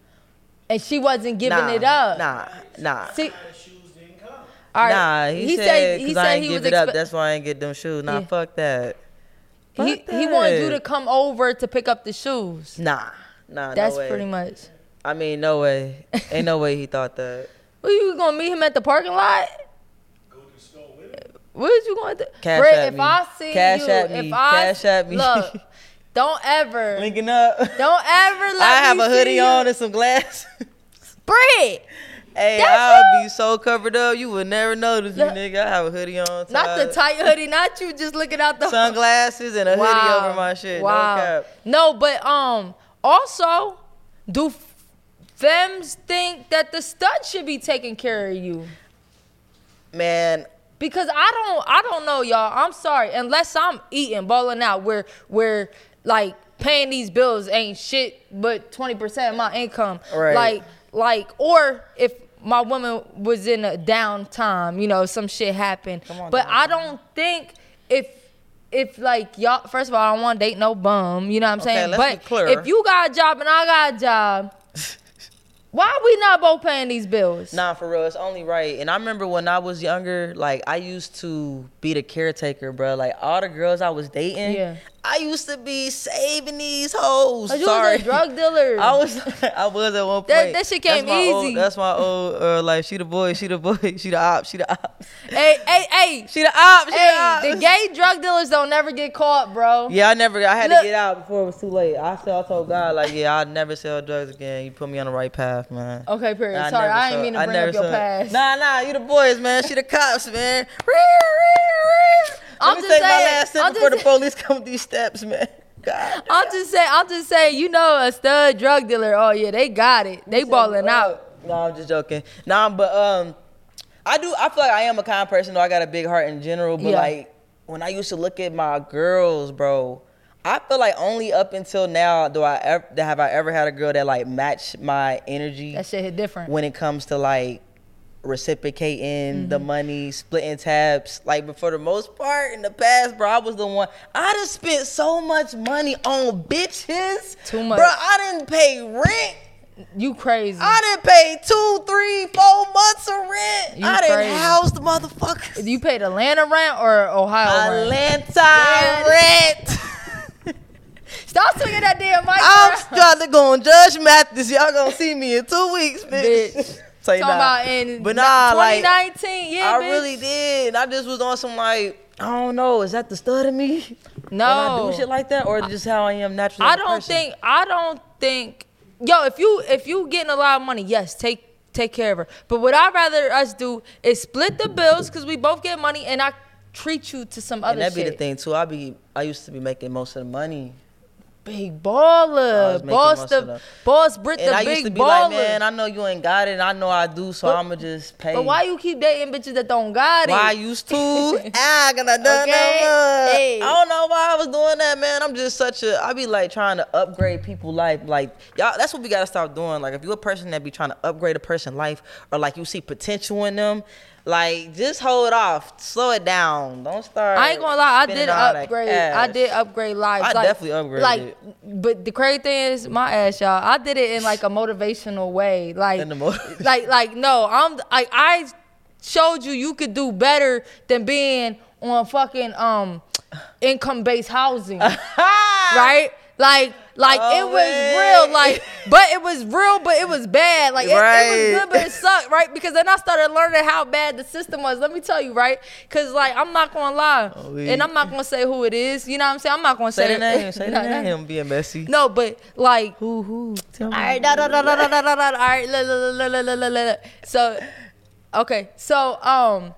S3: and she wasn't giving
S2: nah,
S3: it up.
S2: Nah, nah.
S3: See,
S6: The shoes didn't come.
S3: all right,
S2: Nah, he, said, "'Cause I ain't give it up.
S3: expe-
S2: That's why I ain't get them shoes. Nah,
S3: Yeah.
S2: fuck that. Fuck
S3: he, he wanted you to
S2: that.
S3: come over to pick up the shoes.
S2: Nah, nah.
S3: That's
S2: no way.
S3: pretty much.
S2: I mean, no way. ain't no way he thought that.
S3: Well, you gonna meet him at the parking lot?
S6: Go to the store with it.
S3: What you gonna do?
S2: Cash
S3: Brit,
S2: at
S3: if
S2: me.
S3: I see
S2: Cash
S3: you,
S2: at me.
S3: if I
S2: Cash at me.
S3: look, don't ever,
S2: Linking up.
S3: don't ever let
S2: I have
S3: me
S2: a
S3: see
S2: hoodie
S3: you.
S2: on and some glasses.
S3: Brit,
S2: hey,
S3: That's
S2: I'll
S3: you?
S2: be so covered up, you would never notice
S3: Look.
S2: me, nigga. I have a hoodie on,
S3: not the
S2: tied,
S3: tight hoodie, not you just looking out the
S2: sunglasses, and a hoodie
S3: Wow.
S2: over my shit.
S3: Wow.
S2: No cap.
S3: No, but um, also, do femmes think that the stud should be taking care of you?
S2: Man,
S3: Because I don't, I don't know, y'all. I'm sorry, unless I'm eating, balling out, where where like paying these bills ain't shit, but twenty percent of my income,
S2: Right.
S3: like like, or if my woman was in a downtime, you know, some shit happened. but I don't think if if like y'all, first of all, I don't want to date no bum. You know what I'm
S2: Okay,
S3: saying?
S2: let's be
S3: but
S2: clear.
S3: if you got a job and I got a job. Why we not both paying these bills?
S2: Nah, for real, it's only right. And I remember when I was younger, like I used to be the caretaker, bro. Like all the girls I was dating,
S3: Yeah.
S2: I used to be saving these hoes.
S3: Oh, you was a
S2: Sorry,
S3: drug dealer.
S2: I was, I was at one point.
S3: That- that shit came
S2: that's my
S3: easy.
S2: Old, that's my old, uh, like she the boy, she the boy, she the op, she the op,
S3: Hey, hey, hey,
S2: she the op, she
S3: Hey,
S2: the
S3: the
S2: op.
S3: gay drug dealers don't never get caught, bro.
S2: yeah, I never. I had
S3: Look.
S2: to get out before it was too late. I said, I told God, like, yeah, I'll never sell drugs again. You put me on the right path, man.
S3: Okay, period.
S2: I
S3: Sorry,
S2: never
S3: I ain't
S2: saw-
S3: mean to
S2: I
S3: bring
S2: never
S3: up your
S2: saw-
S3: past.
S2: Nah, nah, you the boys, man. She the cops, man.
S3: I'm
S2: Let me
S3: just
S2: take my
S3: saying-
S2: last sip
S3: I'm
S2: before
S3: just-
S2: the police come these steps, man. God.
S3: I'm just saying, I'm just saying, you know, a stud drug dealer. Oh yeah, they got it. They balling out.
S2: No, I'm just joking. Nah, but um, I do. I feel like I am a kind person. Though I got a big heart in general, but
S3: Yeah.
S2: like when I used to look at my girls, bro. I feel like only up until now do I ever have I ever had a girl that like matched my energy.
S3: That shit hit different.
S2: when it comes to like reciprocating
S3: Mm-hmm.
S2: the money, splitting tabs. Like, but for the most part, in the past, bro, I was the one. I done spent so much money on bitches.
S3: Too much.
S2: bro. I didn't pay rent.
S3: you crazy.
S2: I didn't pay two, three, four months of rent.
S3: You
S2: I didn't
S3: crazy.
S2: house the motherfuckers.
S3: you paid Atlanta rent or Ohio rent?
S2: Atlanta
S3: Yeah.
S2: rent.
S3: Stop swinging that damn mic.
S2: I'm
S3: bro.
S2: starting to go on Judge Mathis. Y'all gonna see me in two weeks, bitch.
S3: Bitch.
S2: say
S3: Talking
S2: nah.
S3: about in
S2: but nah, like
S3: 2019, yeah,
S2: I
S3: bitch.
S2: really did. I just was on some like I don't know. Is that the stud in me? When I
S3: No,
S2: do shit like that, or just how I am naturally?
S3: I
S2: as a
S3: don't
S2: person?
S3: think I don't think yo if you if you getting a lot of money yes take take care of her but what I'd rather us do is split the bills because we both get money and I treat you to some
S2: And
S3: other
S2: that be
S3: shit
S2: the thing too. I be I used to be making most of the money, I was
S3: big baller
S2: making
S3: boss
S2: most of
S3: the
S2: the-
S3: boss Brit
S2: and
S3: the
S2: I
S3: big
S2: used to be
S3: baller
S2: like, man, I know you ain't got it. and I know I do, so I'ma just pay.
S3: but why you keep dating bitches that don't got it
S2: Why I used to? ah, gonna do
S3: Okay, hey.
S2: I don't know why I was doing that, man. I'm just such a. I be like trying to upgrade people' life. Like y'all, that's what we gotta stop doing. Like if you a person that be trying to upgrade a person's life, or like you see potential in them, like just hold off, slow it down. Don't start.
S3: I ain't gonna lie, I
S2: spending
S3: did
S2: all that
S3: upgrade. I
S2: cash.
S3: did upgrade lives.
S2: I
S3: like-
S2: definitely upgraded.
S3: Like, but the crazy thing is, my ass, y'all. I did it in like a motivational way. Like,
S2: In the mo-
S3: like, like, no, I'm like I showed you you could do better than being on fucking um income based housing, right? Like, like it was
S2: Always.
S3: real. Like, but it was real, but it was bad. Like, it, it was
S2: Right.
S3: good, but it sucked, right? Because then I started learning how bad the system was. Let me tell you, right? Because like I'm not gonna lie,
S2: Oh, we-
S3: and I'm not gonna say who it is. You know what I'm saying? I'm not gonna
S2: Say
S3: say,
S2: the
S3: it.
S2: name. Say the
S3: Nah, nah.
S2: name. Him being messy.
S3: No, but like,
S2: Who?
S3: all
S2: Who? Tell me.
S3: right, da da da da da da da. da, All right, la la la la la la la. la. So, okay, so um,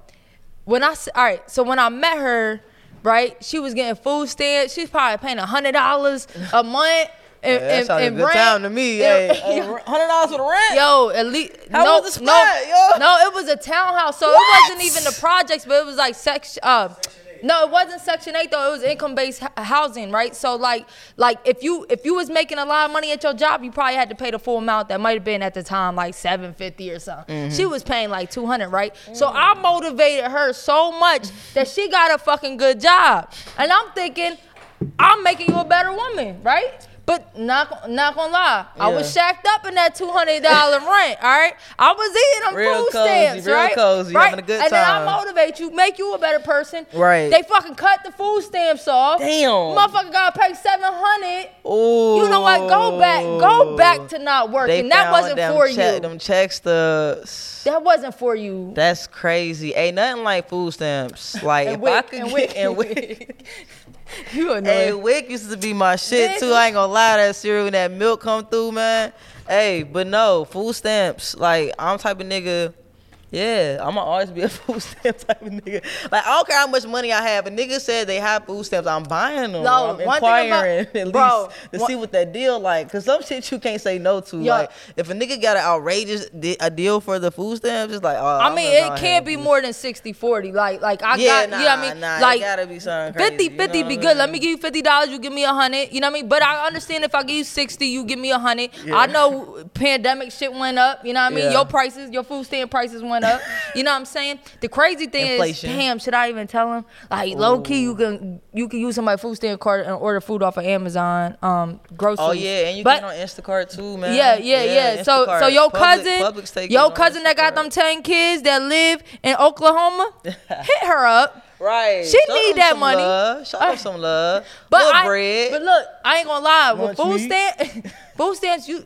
S3: when I s- all right, so when I met her, right, she was getting food stamps. She's probably paying a hundred dollars a month. And,
S2: Yeah, that
S3: and,
S2: sounded
S3: and
S2: good
S3: rent.
S2: time to me.
S3: And-
S2: hey. Uh, hundred dollars for the rent.
S3: Yo, at least
S2: How
S3: no,
S2: was the spot,
S3: no,
S2: yo?
S3: no, it was a townhouse, so it wasn't even the projects, but it was like section. Uh, no, it wasn't Section Eight though. It was income based housing, right? So like, like if you if you was making a lot of money at your job, you probably had to pay the full amount. That might have been at the time like seven fifty or something. She was paying like two hundred, right? So I motivated her so much that she got a fucking good job, and I'm thinking, I'm making you a better woman, right? But not not gonna lie, I was
S2: Yeah.
S3: shacked up in that two hundred dollar rent. All right, I was eating them
S2: Real
S3: food
S2: cozy,
S3: stamps,
S2: real
S3: right?
S2: cozy,
S3: right?
S2: having a good
S3: and
S2: time.
S3: then I motivate you, make you a better person.
S2: Right.
S3: They fucking cut the food stamps off.
S2: Damn.
S3: Motherfucker got paid seven hundred.
S2: Ooh.
S3: You know what? Go back, go back to not working. That
S2: found
S3: wasn't
S2: them
S3: for
S2: check-
S3: you.
S2: Them check stubs.
S3: That wasn't for you.
S2: That's crazy. Ain't nothing like food stamps. Like
S3: And
S2: if I
S3: wick,
S2: could
S3: and
S2: get
S3: wick.
S2: and wick.
S3: you
S2: hey,
S3: annoying.
S2: wick used to be my shit
S3: Bitch.
S2: too. I ain't gonna lie, that cereal and that milk come through, man. Hey, but no, food stamps. Like I'm type of nigga. Yeah, I'ma always be a food stamp type of nigga. Like I don't care how much money I have. A nigga said they have food stamps, I'm buying them. I'm
S3: No, one thing about-
S2: inquiring at least
S3: Bro,
S2: to
S3: one-
S2: see what that deal like. Cause some shit you can't say no to.
S3: Yeah.
S2: Like if a nigga got an outrageous de- a deal for the food stamps, it's like oh,
S3: I
S2: I'm
S3: mean,
S2: gonna go
S3: it
S2: ahead
S3: can't
S2: and
S3: be
S2: do this.
S3: more than 60 40. Like, like I
S2: Yeah,
S3: got, you know what I
S2: nah,
S3: mean?
S2: nah, it
S3: like,
S2: gotta be something
S3: 50
S2: crazy, you
S3: 50
S2: know
S3: be
S2: what I
S3: good. Let
S2: mean?
S3: me give you $50, you give me 100 You know what I mean? But I understand if I give you 60 you give me 100 I know pandemic shit went up. You know what I mean?
S2: Yeah.
S3: Your prices, your food stand prices went up. you know what I'm saying? The crazy thing
S2: Inflation.
S3: is, damn, should I even tell him? Like, low key, you can you can use somebody's food stand card and order food off of Amazon, um, groceries.
S2: Oh yeah, and you
S3: But-
S2: get on Instacart too, man.
S3: yeah, yeah, yeah. So, so
S2: Instacart.
S3: your
S2: Public-
S3: cousin,
S2: Publix take it
S3: your
S2: on
S3: cousin that got
S2: Instacart.
S3: them ten kids that live in Oklahoma, hit her up.
S2: right.
S3: She
S2: Show
S3: need
S2: them
S3: that
S2: some
S3: money.
S2: Love. Show them some love.
S3: But
S2: Little
S3: I,
S2: bread.
S3: but look, I ain't gonna lie. With
S2: Lunch meat.
S3: food stamps, food stamps, you,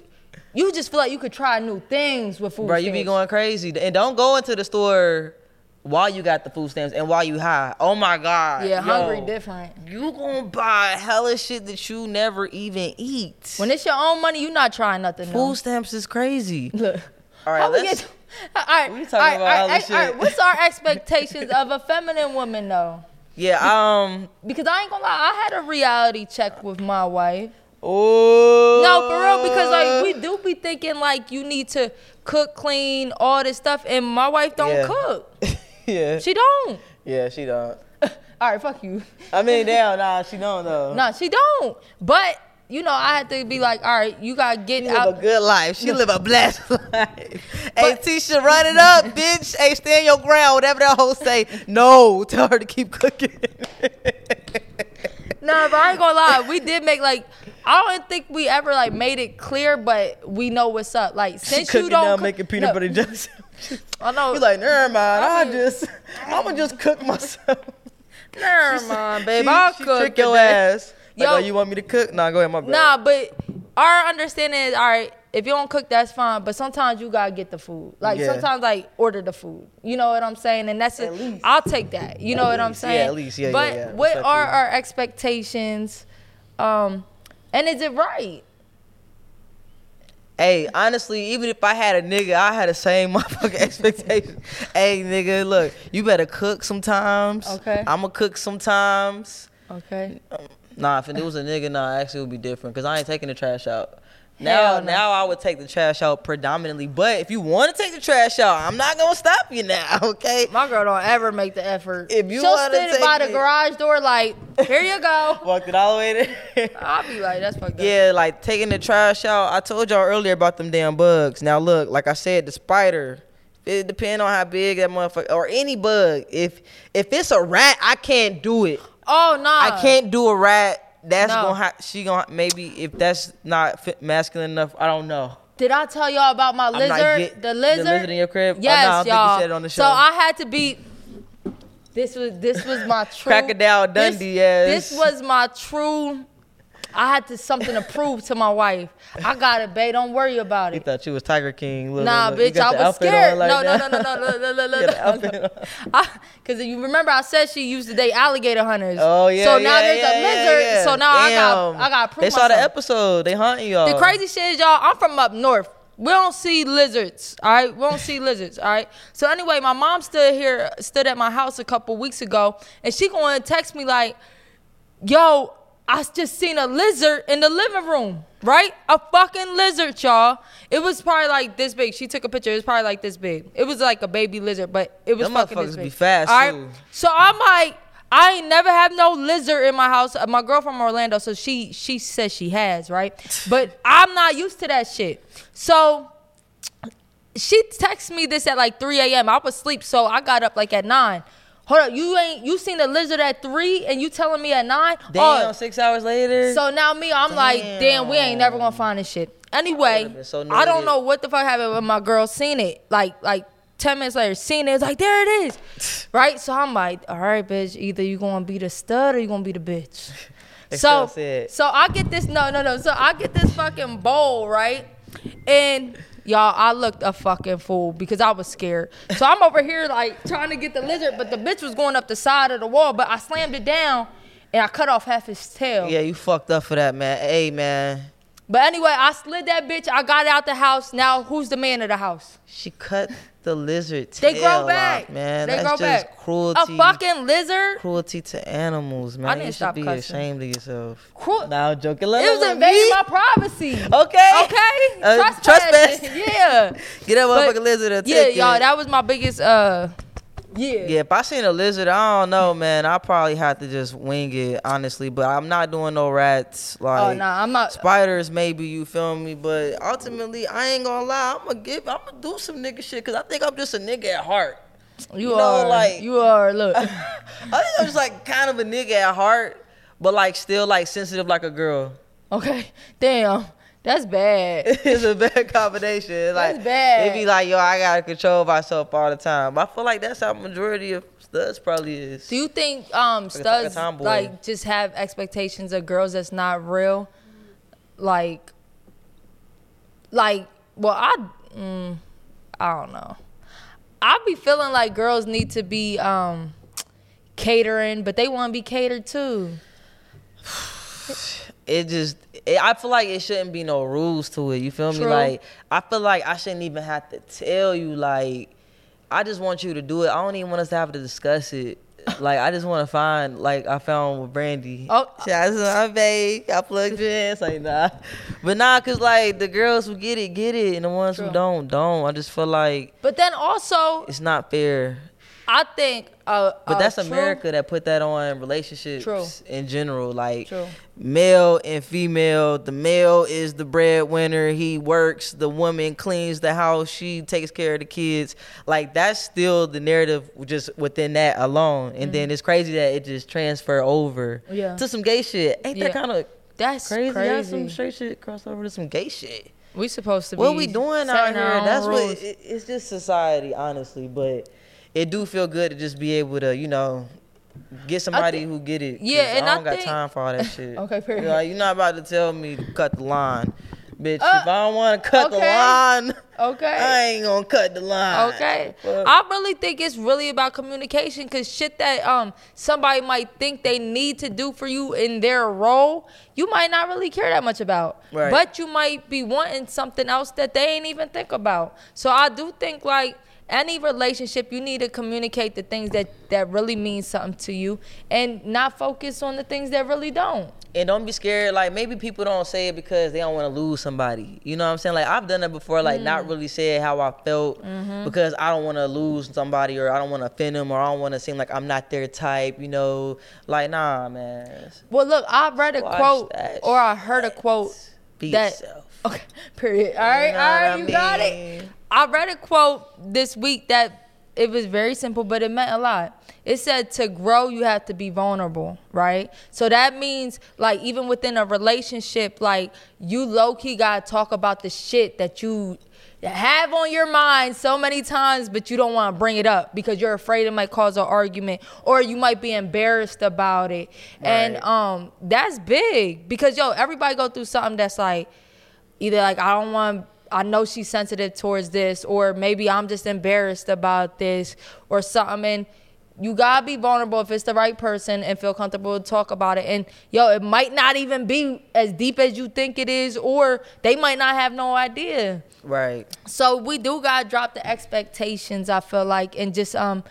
S3: you just feel like you could try new things with food
S2: Bro,
S3: stamps.
S2: you be going crazy, and don't go into the store while you got the food stamps and while you high. Oh my god.
S3: yeah,
S2: yo.
S3: hungry different.
S2: You gonna buy hella shit that you never even eat.
S3: When it's your own money, you not trying nothing.
S2: food
S3: new.
S2: stamps is crazy.
S3: Look.
S2: All right,
S3: How we
S2: let's-
S3: get? All right,
S2: We talking
S3: all right,
S2: about
S3: all
S2: other
S3: right, all right.
S2: shit.
S3: What's our expectations of a feminine woman though?
S2: Yeah. Um.
S3: Because I ain't gonna lie, I had a reality check with my wife.
S2: Oh.
S3: No, for real, because like
S2: Uh.
S3: we do be thinking like you need to cook, clean, all this stuff, and my wife don't
S2: Yeah.
S3: cook.
S2: yeah.
S3: She don't.
S2: yeah. She don't.
S3: All right, fuck you.
S2: I mean, damn. Nah, she don't though.
S3: No, she don't. But you know, I had to be like, all right, you gotta get
S2: She live a
S3: out.
S2: good life. She live a blessed life. hey, Tisha, run it up, bitch. Hey, stand your ground. Whatever that hoe say. No, tell her to keep cooking.
S3: Nah, but I ain't gonna lie, we did make like. I don't think we ever like made it clear, but we know what's up. Like since you don't cook- no,
S2: jam sandwiches.
S3: I know.
S2: You like, never mind.
S3: I
S2: I
S3: mean-
S2: just, I'ma just cook myself.
S3: never mind, babe.
S2: She-
S3: I'll
S2: she
S3: cook
S2: trick your
S3: today.
S2: ass. Like,
S3: Yo.
S2: oh, you want me to cook? Nah, go ahead, my bad.
S3: Nah, but our understanding is all right. If you don't cook, that's fine. But sometimes you gotta get the food. Like
S2: Yeah.
S3: sometimes, like order the food. You know what I'm saying? And that's it.
S2: At least.
S3: I'll take that. You know
S2: At
S3: what I'm
S2: least. Yeah,
S3: saying?
S2: at least. Yeah, yeah,
S3: But
S2: yeah.
S3: what
S2: Respectfully.
S3: are our expectations? Um, and is it right?
S2: Hey, honestly, even if I had a nigga, I had the same motherfucking expectation. hey, nigga, look, you better cook sometimes.
S3: Okay.
S2: I'ma cook sometimes.
S3: Okay.
S2: Nah, if it was a nigga, nah, actually it would be different because I ain't taking the trash out. Now,
S3: Hell no.
S2: now I would take the trash out predominantly. But if you want to take the trash out, I'm not gonna stop you now. Okay.
S3: My girl don't ever make the effort.
S2: If you
S3: She'll
S2: wanna
S3: sit by
S2: take
S3: the
S2: it-
S3: garage door like, here you go.
S2: Walked it all the way there.
S3: I'll be like, that's fucked up.
S2: yeah, like taking the trash out. I told y'all earlier about them damn bugs. Now look, like I said, the spider. It depends on how big that motherfucker or any bug. If if it's a rat, I can't do it.
S3: Oh no.
S2: I can't do a rat. That's
S3: No.
S2: gonna ha- she gonna maybe if that's not fi- masculine enough. I don't know.
S3: Did I tell y'all about my
S2: I'm
S3: lizard?
S2: not get-
S3: the
S2: the
S3: lizard.
S2: lizard in your crib? Oh, no, I
S3: Yes,
S2: don't think you
S3: y'all.
S2: said it on the
S3: So
S2: show.
S3: I had to be. This was this was my true.
S2: Crocodile
S3: this-
S2: Dundee, yes.
S3: This was my true. I had to something to prove to my wife. I got it, babe. Don't worry about
S2: He
S3: it.
S2: thought you was Tiger King. Look,
S3: Nah,
S2: look, look. You
S3: bitch,
S2: got the
S3: I was
S2: outfit on
S3: scared.
S2: like
S3: no, no, no,
S2: that.
S3: no, no, no, no, no,
S2: You got
S3: no,
S2: the
S3: no,
S2: outfit on.
S3: Because you remember, I said she used to date alligator hunters.
S2: Oh yeah.
S3: So now
S2: yeah,
S3: there's
S2: yeah,
S3: a
S2: yeah,
S3: lizard.
S2: yeah.
S3: So now I
S2: Damn.
S3: got I got to prove
S2: They saw the
S3: myself.
S2: episode. They hunting y'all.
S3: The crazy shit is, y'all, I'm from up north. We don't see lizards, all right? We don't see lizards, all right? So anyway, my mom stood here, stood at my house a couple weeks ago, and she going to text me like, yo, I just seen a lizard in the living room, right? A fucking lizard, y'all. It was probably like this big. She took a picture. It was probably like this big. It was like a baby lizard, but it was
S2: Them
S3: fucking this
S2: motherfuckers
S3: big.
S2: be fast,
S3: All right?
S2: too.
S3: So I'm like, I ain't never have no lizard in my house. Uh, My girl from Orlando, so she she says she has, right? But I'm not used to that shit. So she texted me this at like 3 a.m. I was asleep, so I got up like at nine. Hold up, you ain't you seen the lizard at three and you telling me at nine? Oh,
S2: Damn. Six hours later.
S3: So now me, I'm like, damn, we ain't never gonna find this shit. Anyway,
S2: been so
S3: I don't
S2: negative.
S3: know what the fuck happened, but my girl seen it. Like, like ten minutes later, seen it. It's like there it is, right? So I'm like, all right, bitch. Either you gonna be the stud or you gonna be the bitch. so,
S2: still said-
S3: so I get this. No, no, no. So I get this fucking bowl, right? And y'all, I looked a fucking fool because I was scared. So I'm over here like trying to get the lizard, but the bitch was going up the side of the wall. But I slammed it down. And I cut off half his tail.
S2: yeah, you fucked up for that, man. Hey, man.
S3: But anyway, I slid that bitch. I got out the house. Now who's the man of the house?
S2: She cut the lizard tail
S3: They grow
S2: off,
S3: back,
S2: man.
S3: They
S2: That's
S3: grow
S2: just
S3: back.
S2: cruelty.
S3: A fucking lizard.
S2: cruelty to animals, man.
S3: didn't
S2: you should
S3: stop
S2: be
S3: cussing.
S2: ashamed of yourself.
S3: Cruel-
S2: Now I'm joking.
S3: It was invading my privacy.
S2: Okay.
S3: Okay.
S2: Uh,
S3: Trespassing.
S2: trespass.
S3: yeah.
S2: Get that
S3: But-
S2: motherfucking lizard a
S3: Yeah,
S2: ticket.
S3: y'all. That was my biggest. Uh. Yeah.
S2: Yeah, if I seen a lizard, I don't know, man. I probably have to just wing it, honestly. But I'm not doing no rats. Like,
S3: Oh, nah, I'm not-
S2: Spiders, maybe you feel me, but ultimately, I ain't gonna lie. I'm gonna give. I'm gonna do some nigga shit because I think I'm just a nigga at heart.
S3: You,
S2: you know,
S3: are.
S2: like-
S3: you are. Look.
S2: I think I'm just like kind of a nigga at heart, but like still like sensitive like a girl.
S3: Okay. Damn. That's bad.
S2: it's a bad combination. It's Like
S3: bad.
S2: it be like, yo, I gotta control myself all the time. I feel like that's how majority of studs probably is.
S3: Do you think
S2: a-
S3: um
S2: like a
S3: studs
S2: tomboy.
S3: like just have expectations of girls that's not real? Like, like well, I mm, I don't know. I be feeling like girls need to be um catering, but they want to be catered too.
S2: it just it, i feel like it shouldn't be no rules to it you feel me
S3: True.
S2: like i feel like i shouldn't even have to tell you like i just want you to do it i don't even want us to have to discuss it like I just want to find like I found with Brandy.
S3: Oh.
S2: shout out to my babe. I plugged you in. It's like nah, but nah, cause like the girls who get it get it, and the ones
S3: True.
S2: who don't don't. I just feel like
S3: But then also,
S2: it's not fair.
S3: I think uh,
S2: But
S3: uh,
S2: that's
S3: true-
S2: America that put that on relationships
S3: True.
S2: in general. Like
S3: True.
S2: male and female. The male is the breadwinner. He works. The woman cleans the house. She takes care of the kids. Like that's still the narrative just within that alone. And then it's crazy that it just transfer over
S3: Mm-hmm. Yeah.
S2: to some gay shit. Ain't that
S3: Yeah.
S2: kind of
S3: That's
S2: crazy?
S3: crazy.
S2: How some straight shit cross over to some gay shit.
S3: We supposed to be.
S2: What we doing out
S3: setting
S2: here?
S3: our own
S2: That's
S3: rules.
S2: what it, it's just society, honestly. But it do feel good to just be able to, you know, get somebody
S3: think-
S2: who get it. 'cause
S3: yeah, and
S2: I
S3: I
S2: don't got
S3: think-
S2: time for all that shit.
S3: Okay,
S2: You're
S3: period.
S2: Like, you're not about to tell me to cut the line. Bitch,
S3: Uh,
S2: if I don't want to cut the
S3: okay.
S2: line,
S3: Okay.
S2: I ain't gonna cut the line.
S3: Okay.
S2: Fuck.
S3: I really think it's really about communication because shit that um somebody might think they need to do for you in their role, you might not really care that much about.
S2: Right.
S3: But you might be wanting something else that they ain't even think about. So I do think like any relationship you need to communicate the things that that really mean something to you and not focus on the things that really don't.
S2: and don't be scared. Like maybe people don't say it because they don't want to lose somebody. You know what I'm saying? Like I've done it before. Like
S3: Mm.
S2: not really said how I felt
S3: Mm-hmm.
S2: because I don't want to lose somebody or I don't want to offend them or I don't want to seem like I'm not their type. You know? Like nah, man.
S3: Well, look, I read a
S2: Watch
S3: quote
S2: that
S3: or I heard a
S2: shit.
S3: quote
S2: Be
S3: that.
S2: yourself.
S3: Okay. Period. All right.
S2: know
S3: all
S2: what
S3: right.
S2: I
S3: you got it.
S2: mean?
S3: I read a quote this week that it was very simple, but it meant a lot. It said to grow, you have to be vulnerable, right? So that means like even within a relationship, like you low key gotta talk about the shit that you have on your mind so many times, but you don't want to bring it up because you're afraid it might cause an argument or you might be embarrassed about it. And um, that's big because yo, everybody go through something that's like either like I don't want I know she's sensitive towards this or maybe I'm just embarrassed about this or something and you gotta be vulnerable if it's the right person and feel comfortable to talk about it. And yo, it might not even be as deep as you think it is, or they might not have no idea.
S2: Right.
S3: So we do gotta drop the expectations, I feel like, and just um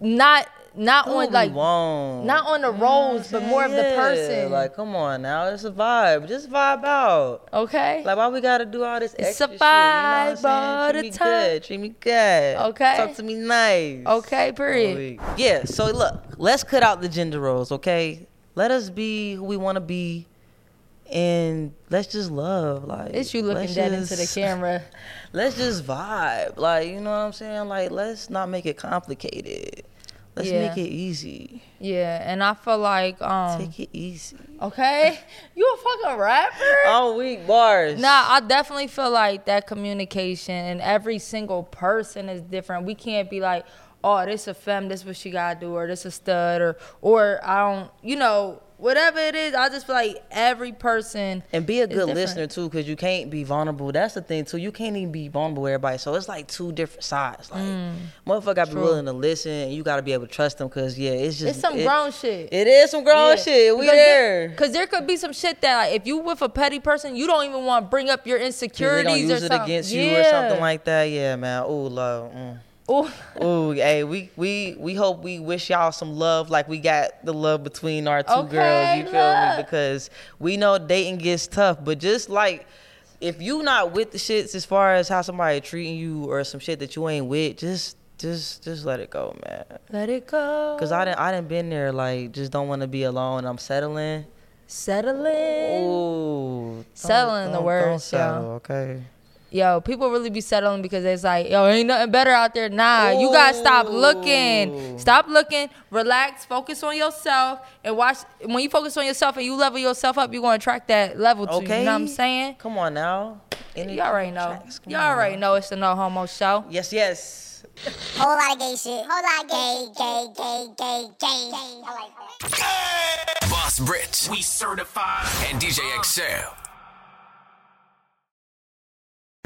S3: not not
S2: Move
S3: on like
S2: along.
S3: not on the roles, but more of the
S2: Yeah,
S3: person.
S2: Like come on now, it's a vibe. Just vibe out.
S3: okay.
S2: Like why we gotta do all this
S3: It's
S2: extra
S3: a
S2: shit? You know what I'm
S3: vibe
S2: saying?
S3: all the
S2: Treat me
S3: time.
S2: good. Treat me good.
S3: Okay.
S2: Talk to me nice.
S3: okay, period.
S2: Yeah. So look, let's cut out the gender roles, okay? Let us be who we want to be, and let's just love. Like
S3: It's you looking
S2: let's
S3: dead into the
S2: just-
S3: camera.
S2: Let's just vibe. Like you know what I'm saying? Like let's not make it complicated. Let's
S3: Yeah.
S2: make it easy.
S3: Yeah, and I feel like um
S2: Take it easy.
S3: okay, you a fucking rapper?
S2: All week bars.
S3: Nah, I definitely feel like that communication and every single person is different. We can't be like, oh, this a femme, this what she gotta do, or this a stud, or or I don't, you know, whatever it is. I just feel like every person
S2: And be a
S3: is
S2: good
S3: different.
S2: listener too, because you can't be vulnerable. That's the thing too. You can't even be vulnerable with everybody. So it's like two different sides. Like
S3: Mm.
S2: motherfucker, gotta be willing to listen, and you gotta be able to trust them. Cause yeah, it's just
S3: It's some
S2: it-
S3: grown shit.
S2: It is some grown shit. We
S3: Because
S2: there.
S3: Because there could be some shit that like, if you with a petty person, you don't even want to bring up your
S2: 'Cause they
S3: insecurities
S2: gonna use
S3: or
S2: it
S3: something.
S2: against
S3: yeah.
S2: you or something like that. Yeah, man. Ooh, love. Mm.
S3: Ooh.
S2: Ooh, hey, we we we hope we wish y'all some love like we got the love between our two
S3: Okay,
S2: girls. You feel
S3: love.
S2: me? Because we know dating gets tough, but just like if you not with the shits as far as how somebody treating you or some shit that you ain't with, just just just let it go, man.
S3: Let it go.
S2: Cause I didn't I didn't been there like just don't want to be alone. I'm settling.
S3: Settle
S2: Ooh,
S3: in.
S2: don't-
S3: Mm. Settling the
S2: don't- Don't
S3: worst, y'all.
S2: settle, okay.
S3: Yo, people really be settling because it's like, yo, ain't nothing better out there. Nah, you gotta stop looking.
S2: Ooh.
S3: Stop looking. Relax. Focus on yourself and watch. When you focus on yourself and you level yourself up, you're gonna attract that level to you.
S2: Okay.
S3: You know what I'm saying?
S2: Come on now. Energy
S3: Y'all already know.
S2: attracts. Come
S3: Y'all
S2: on
S3: already
S2: now.
S3: know it's the No Homo Show.
S2: Yes, yes.
S7: Whole lot of gay shit. Whole lot of gay, gay, gay, gay, gay. I like that.
S8: Boss Brit. We certified. And DJ XL.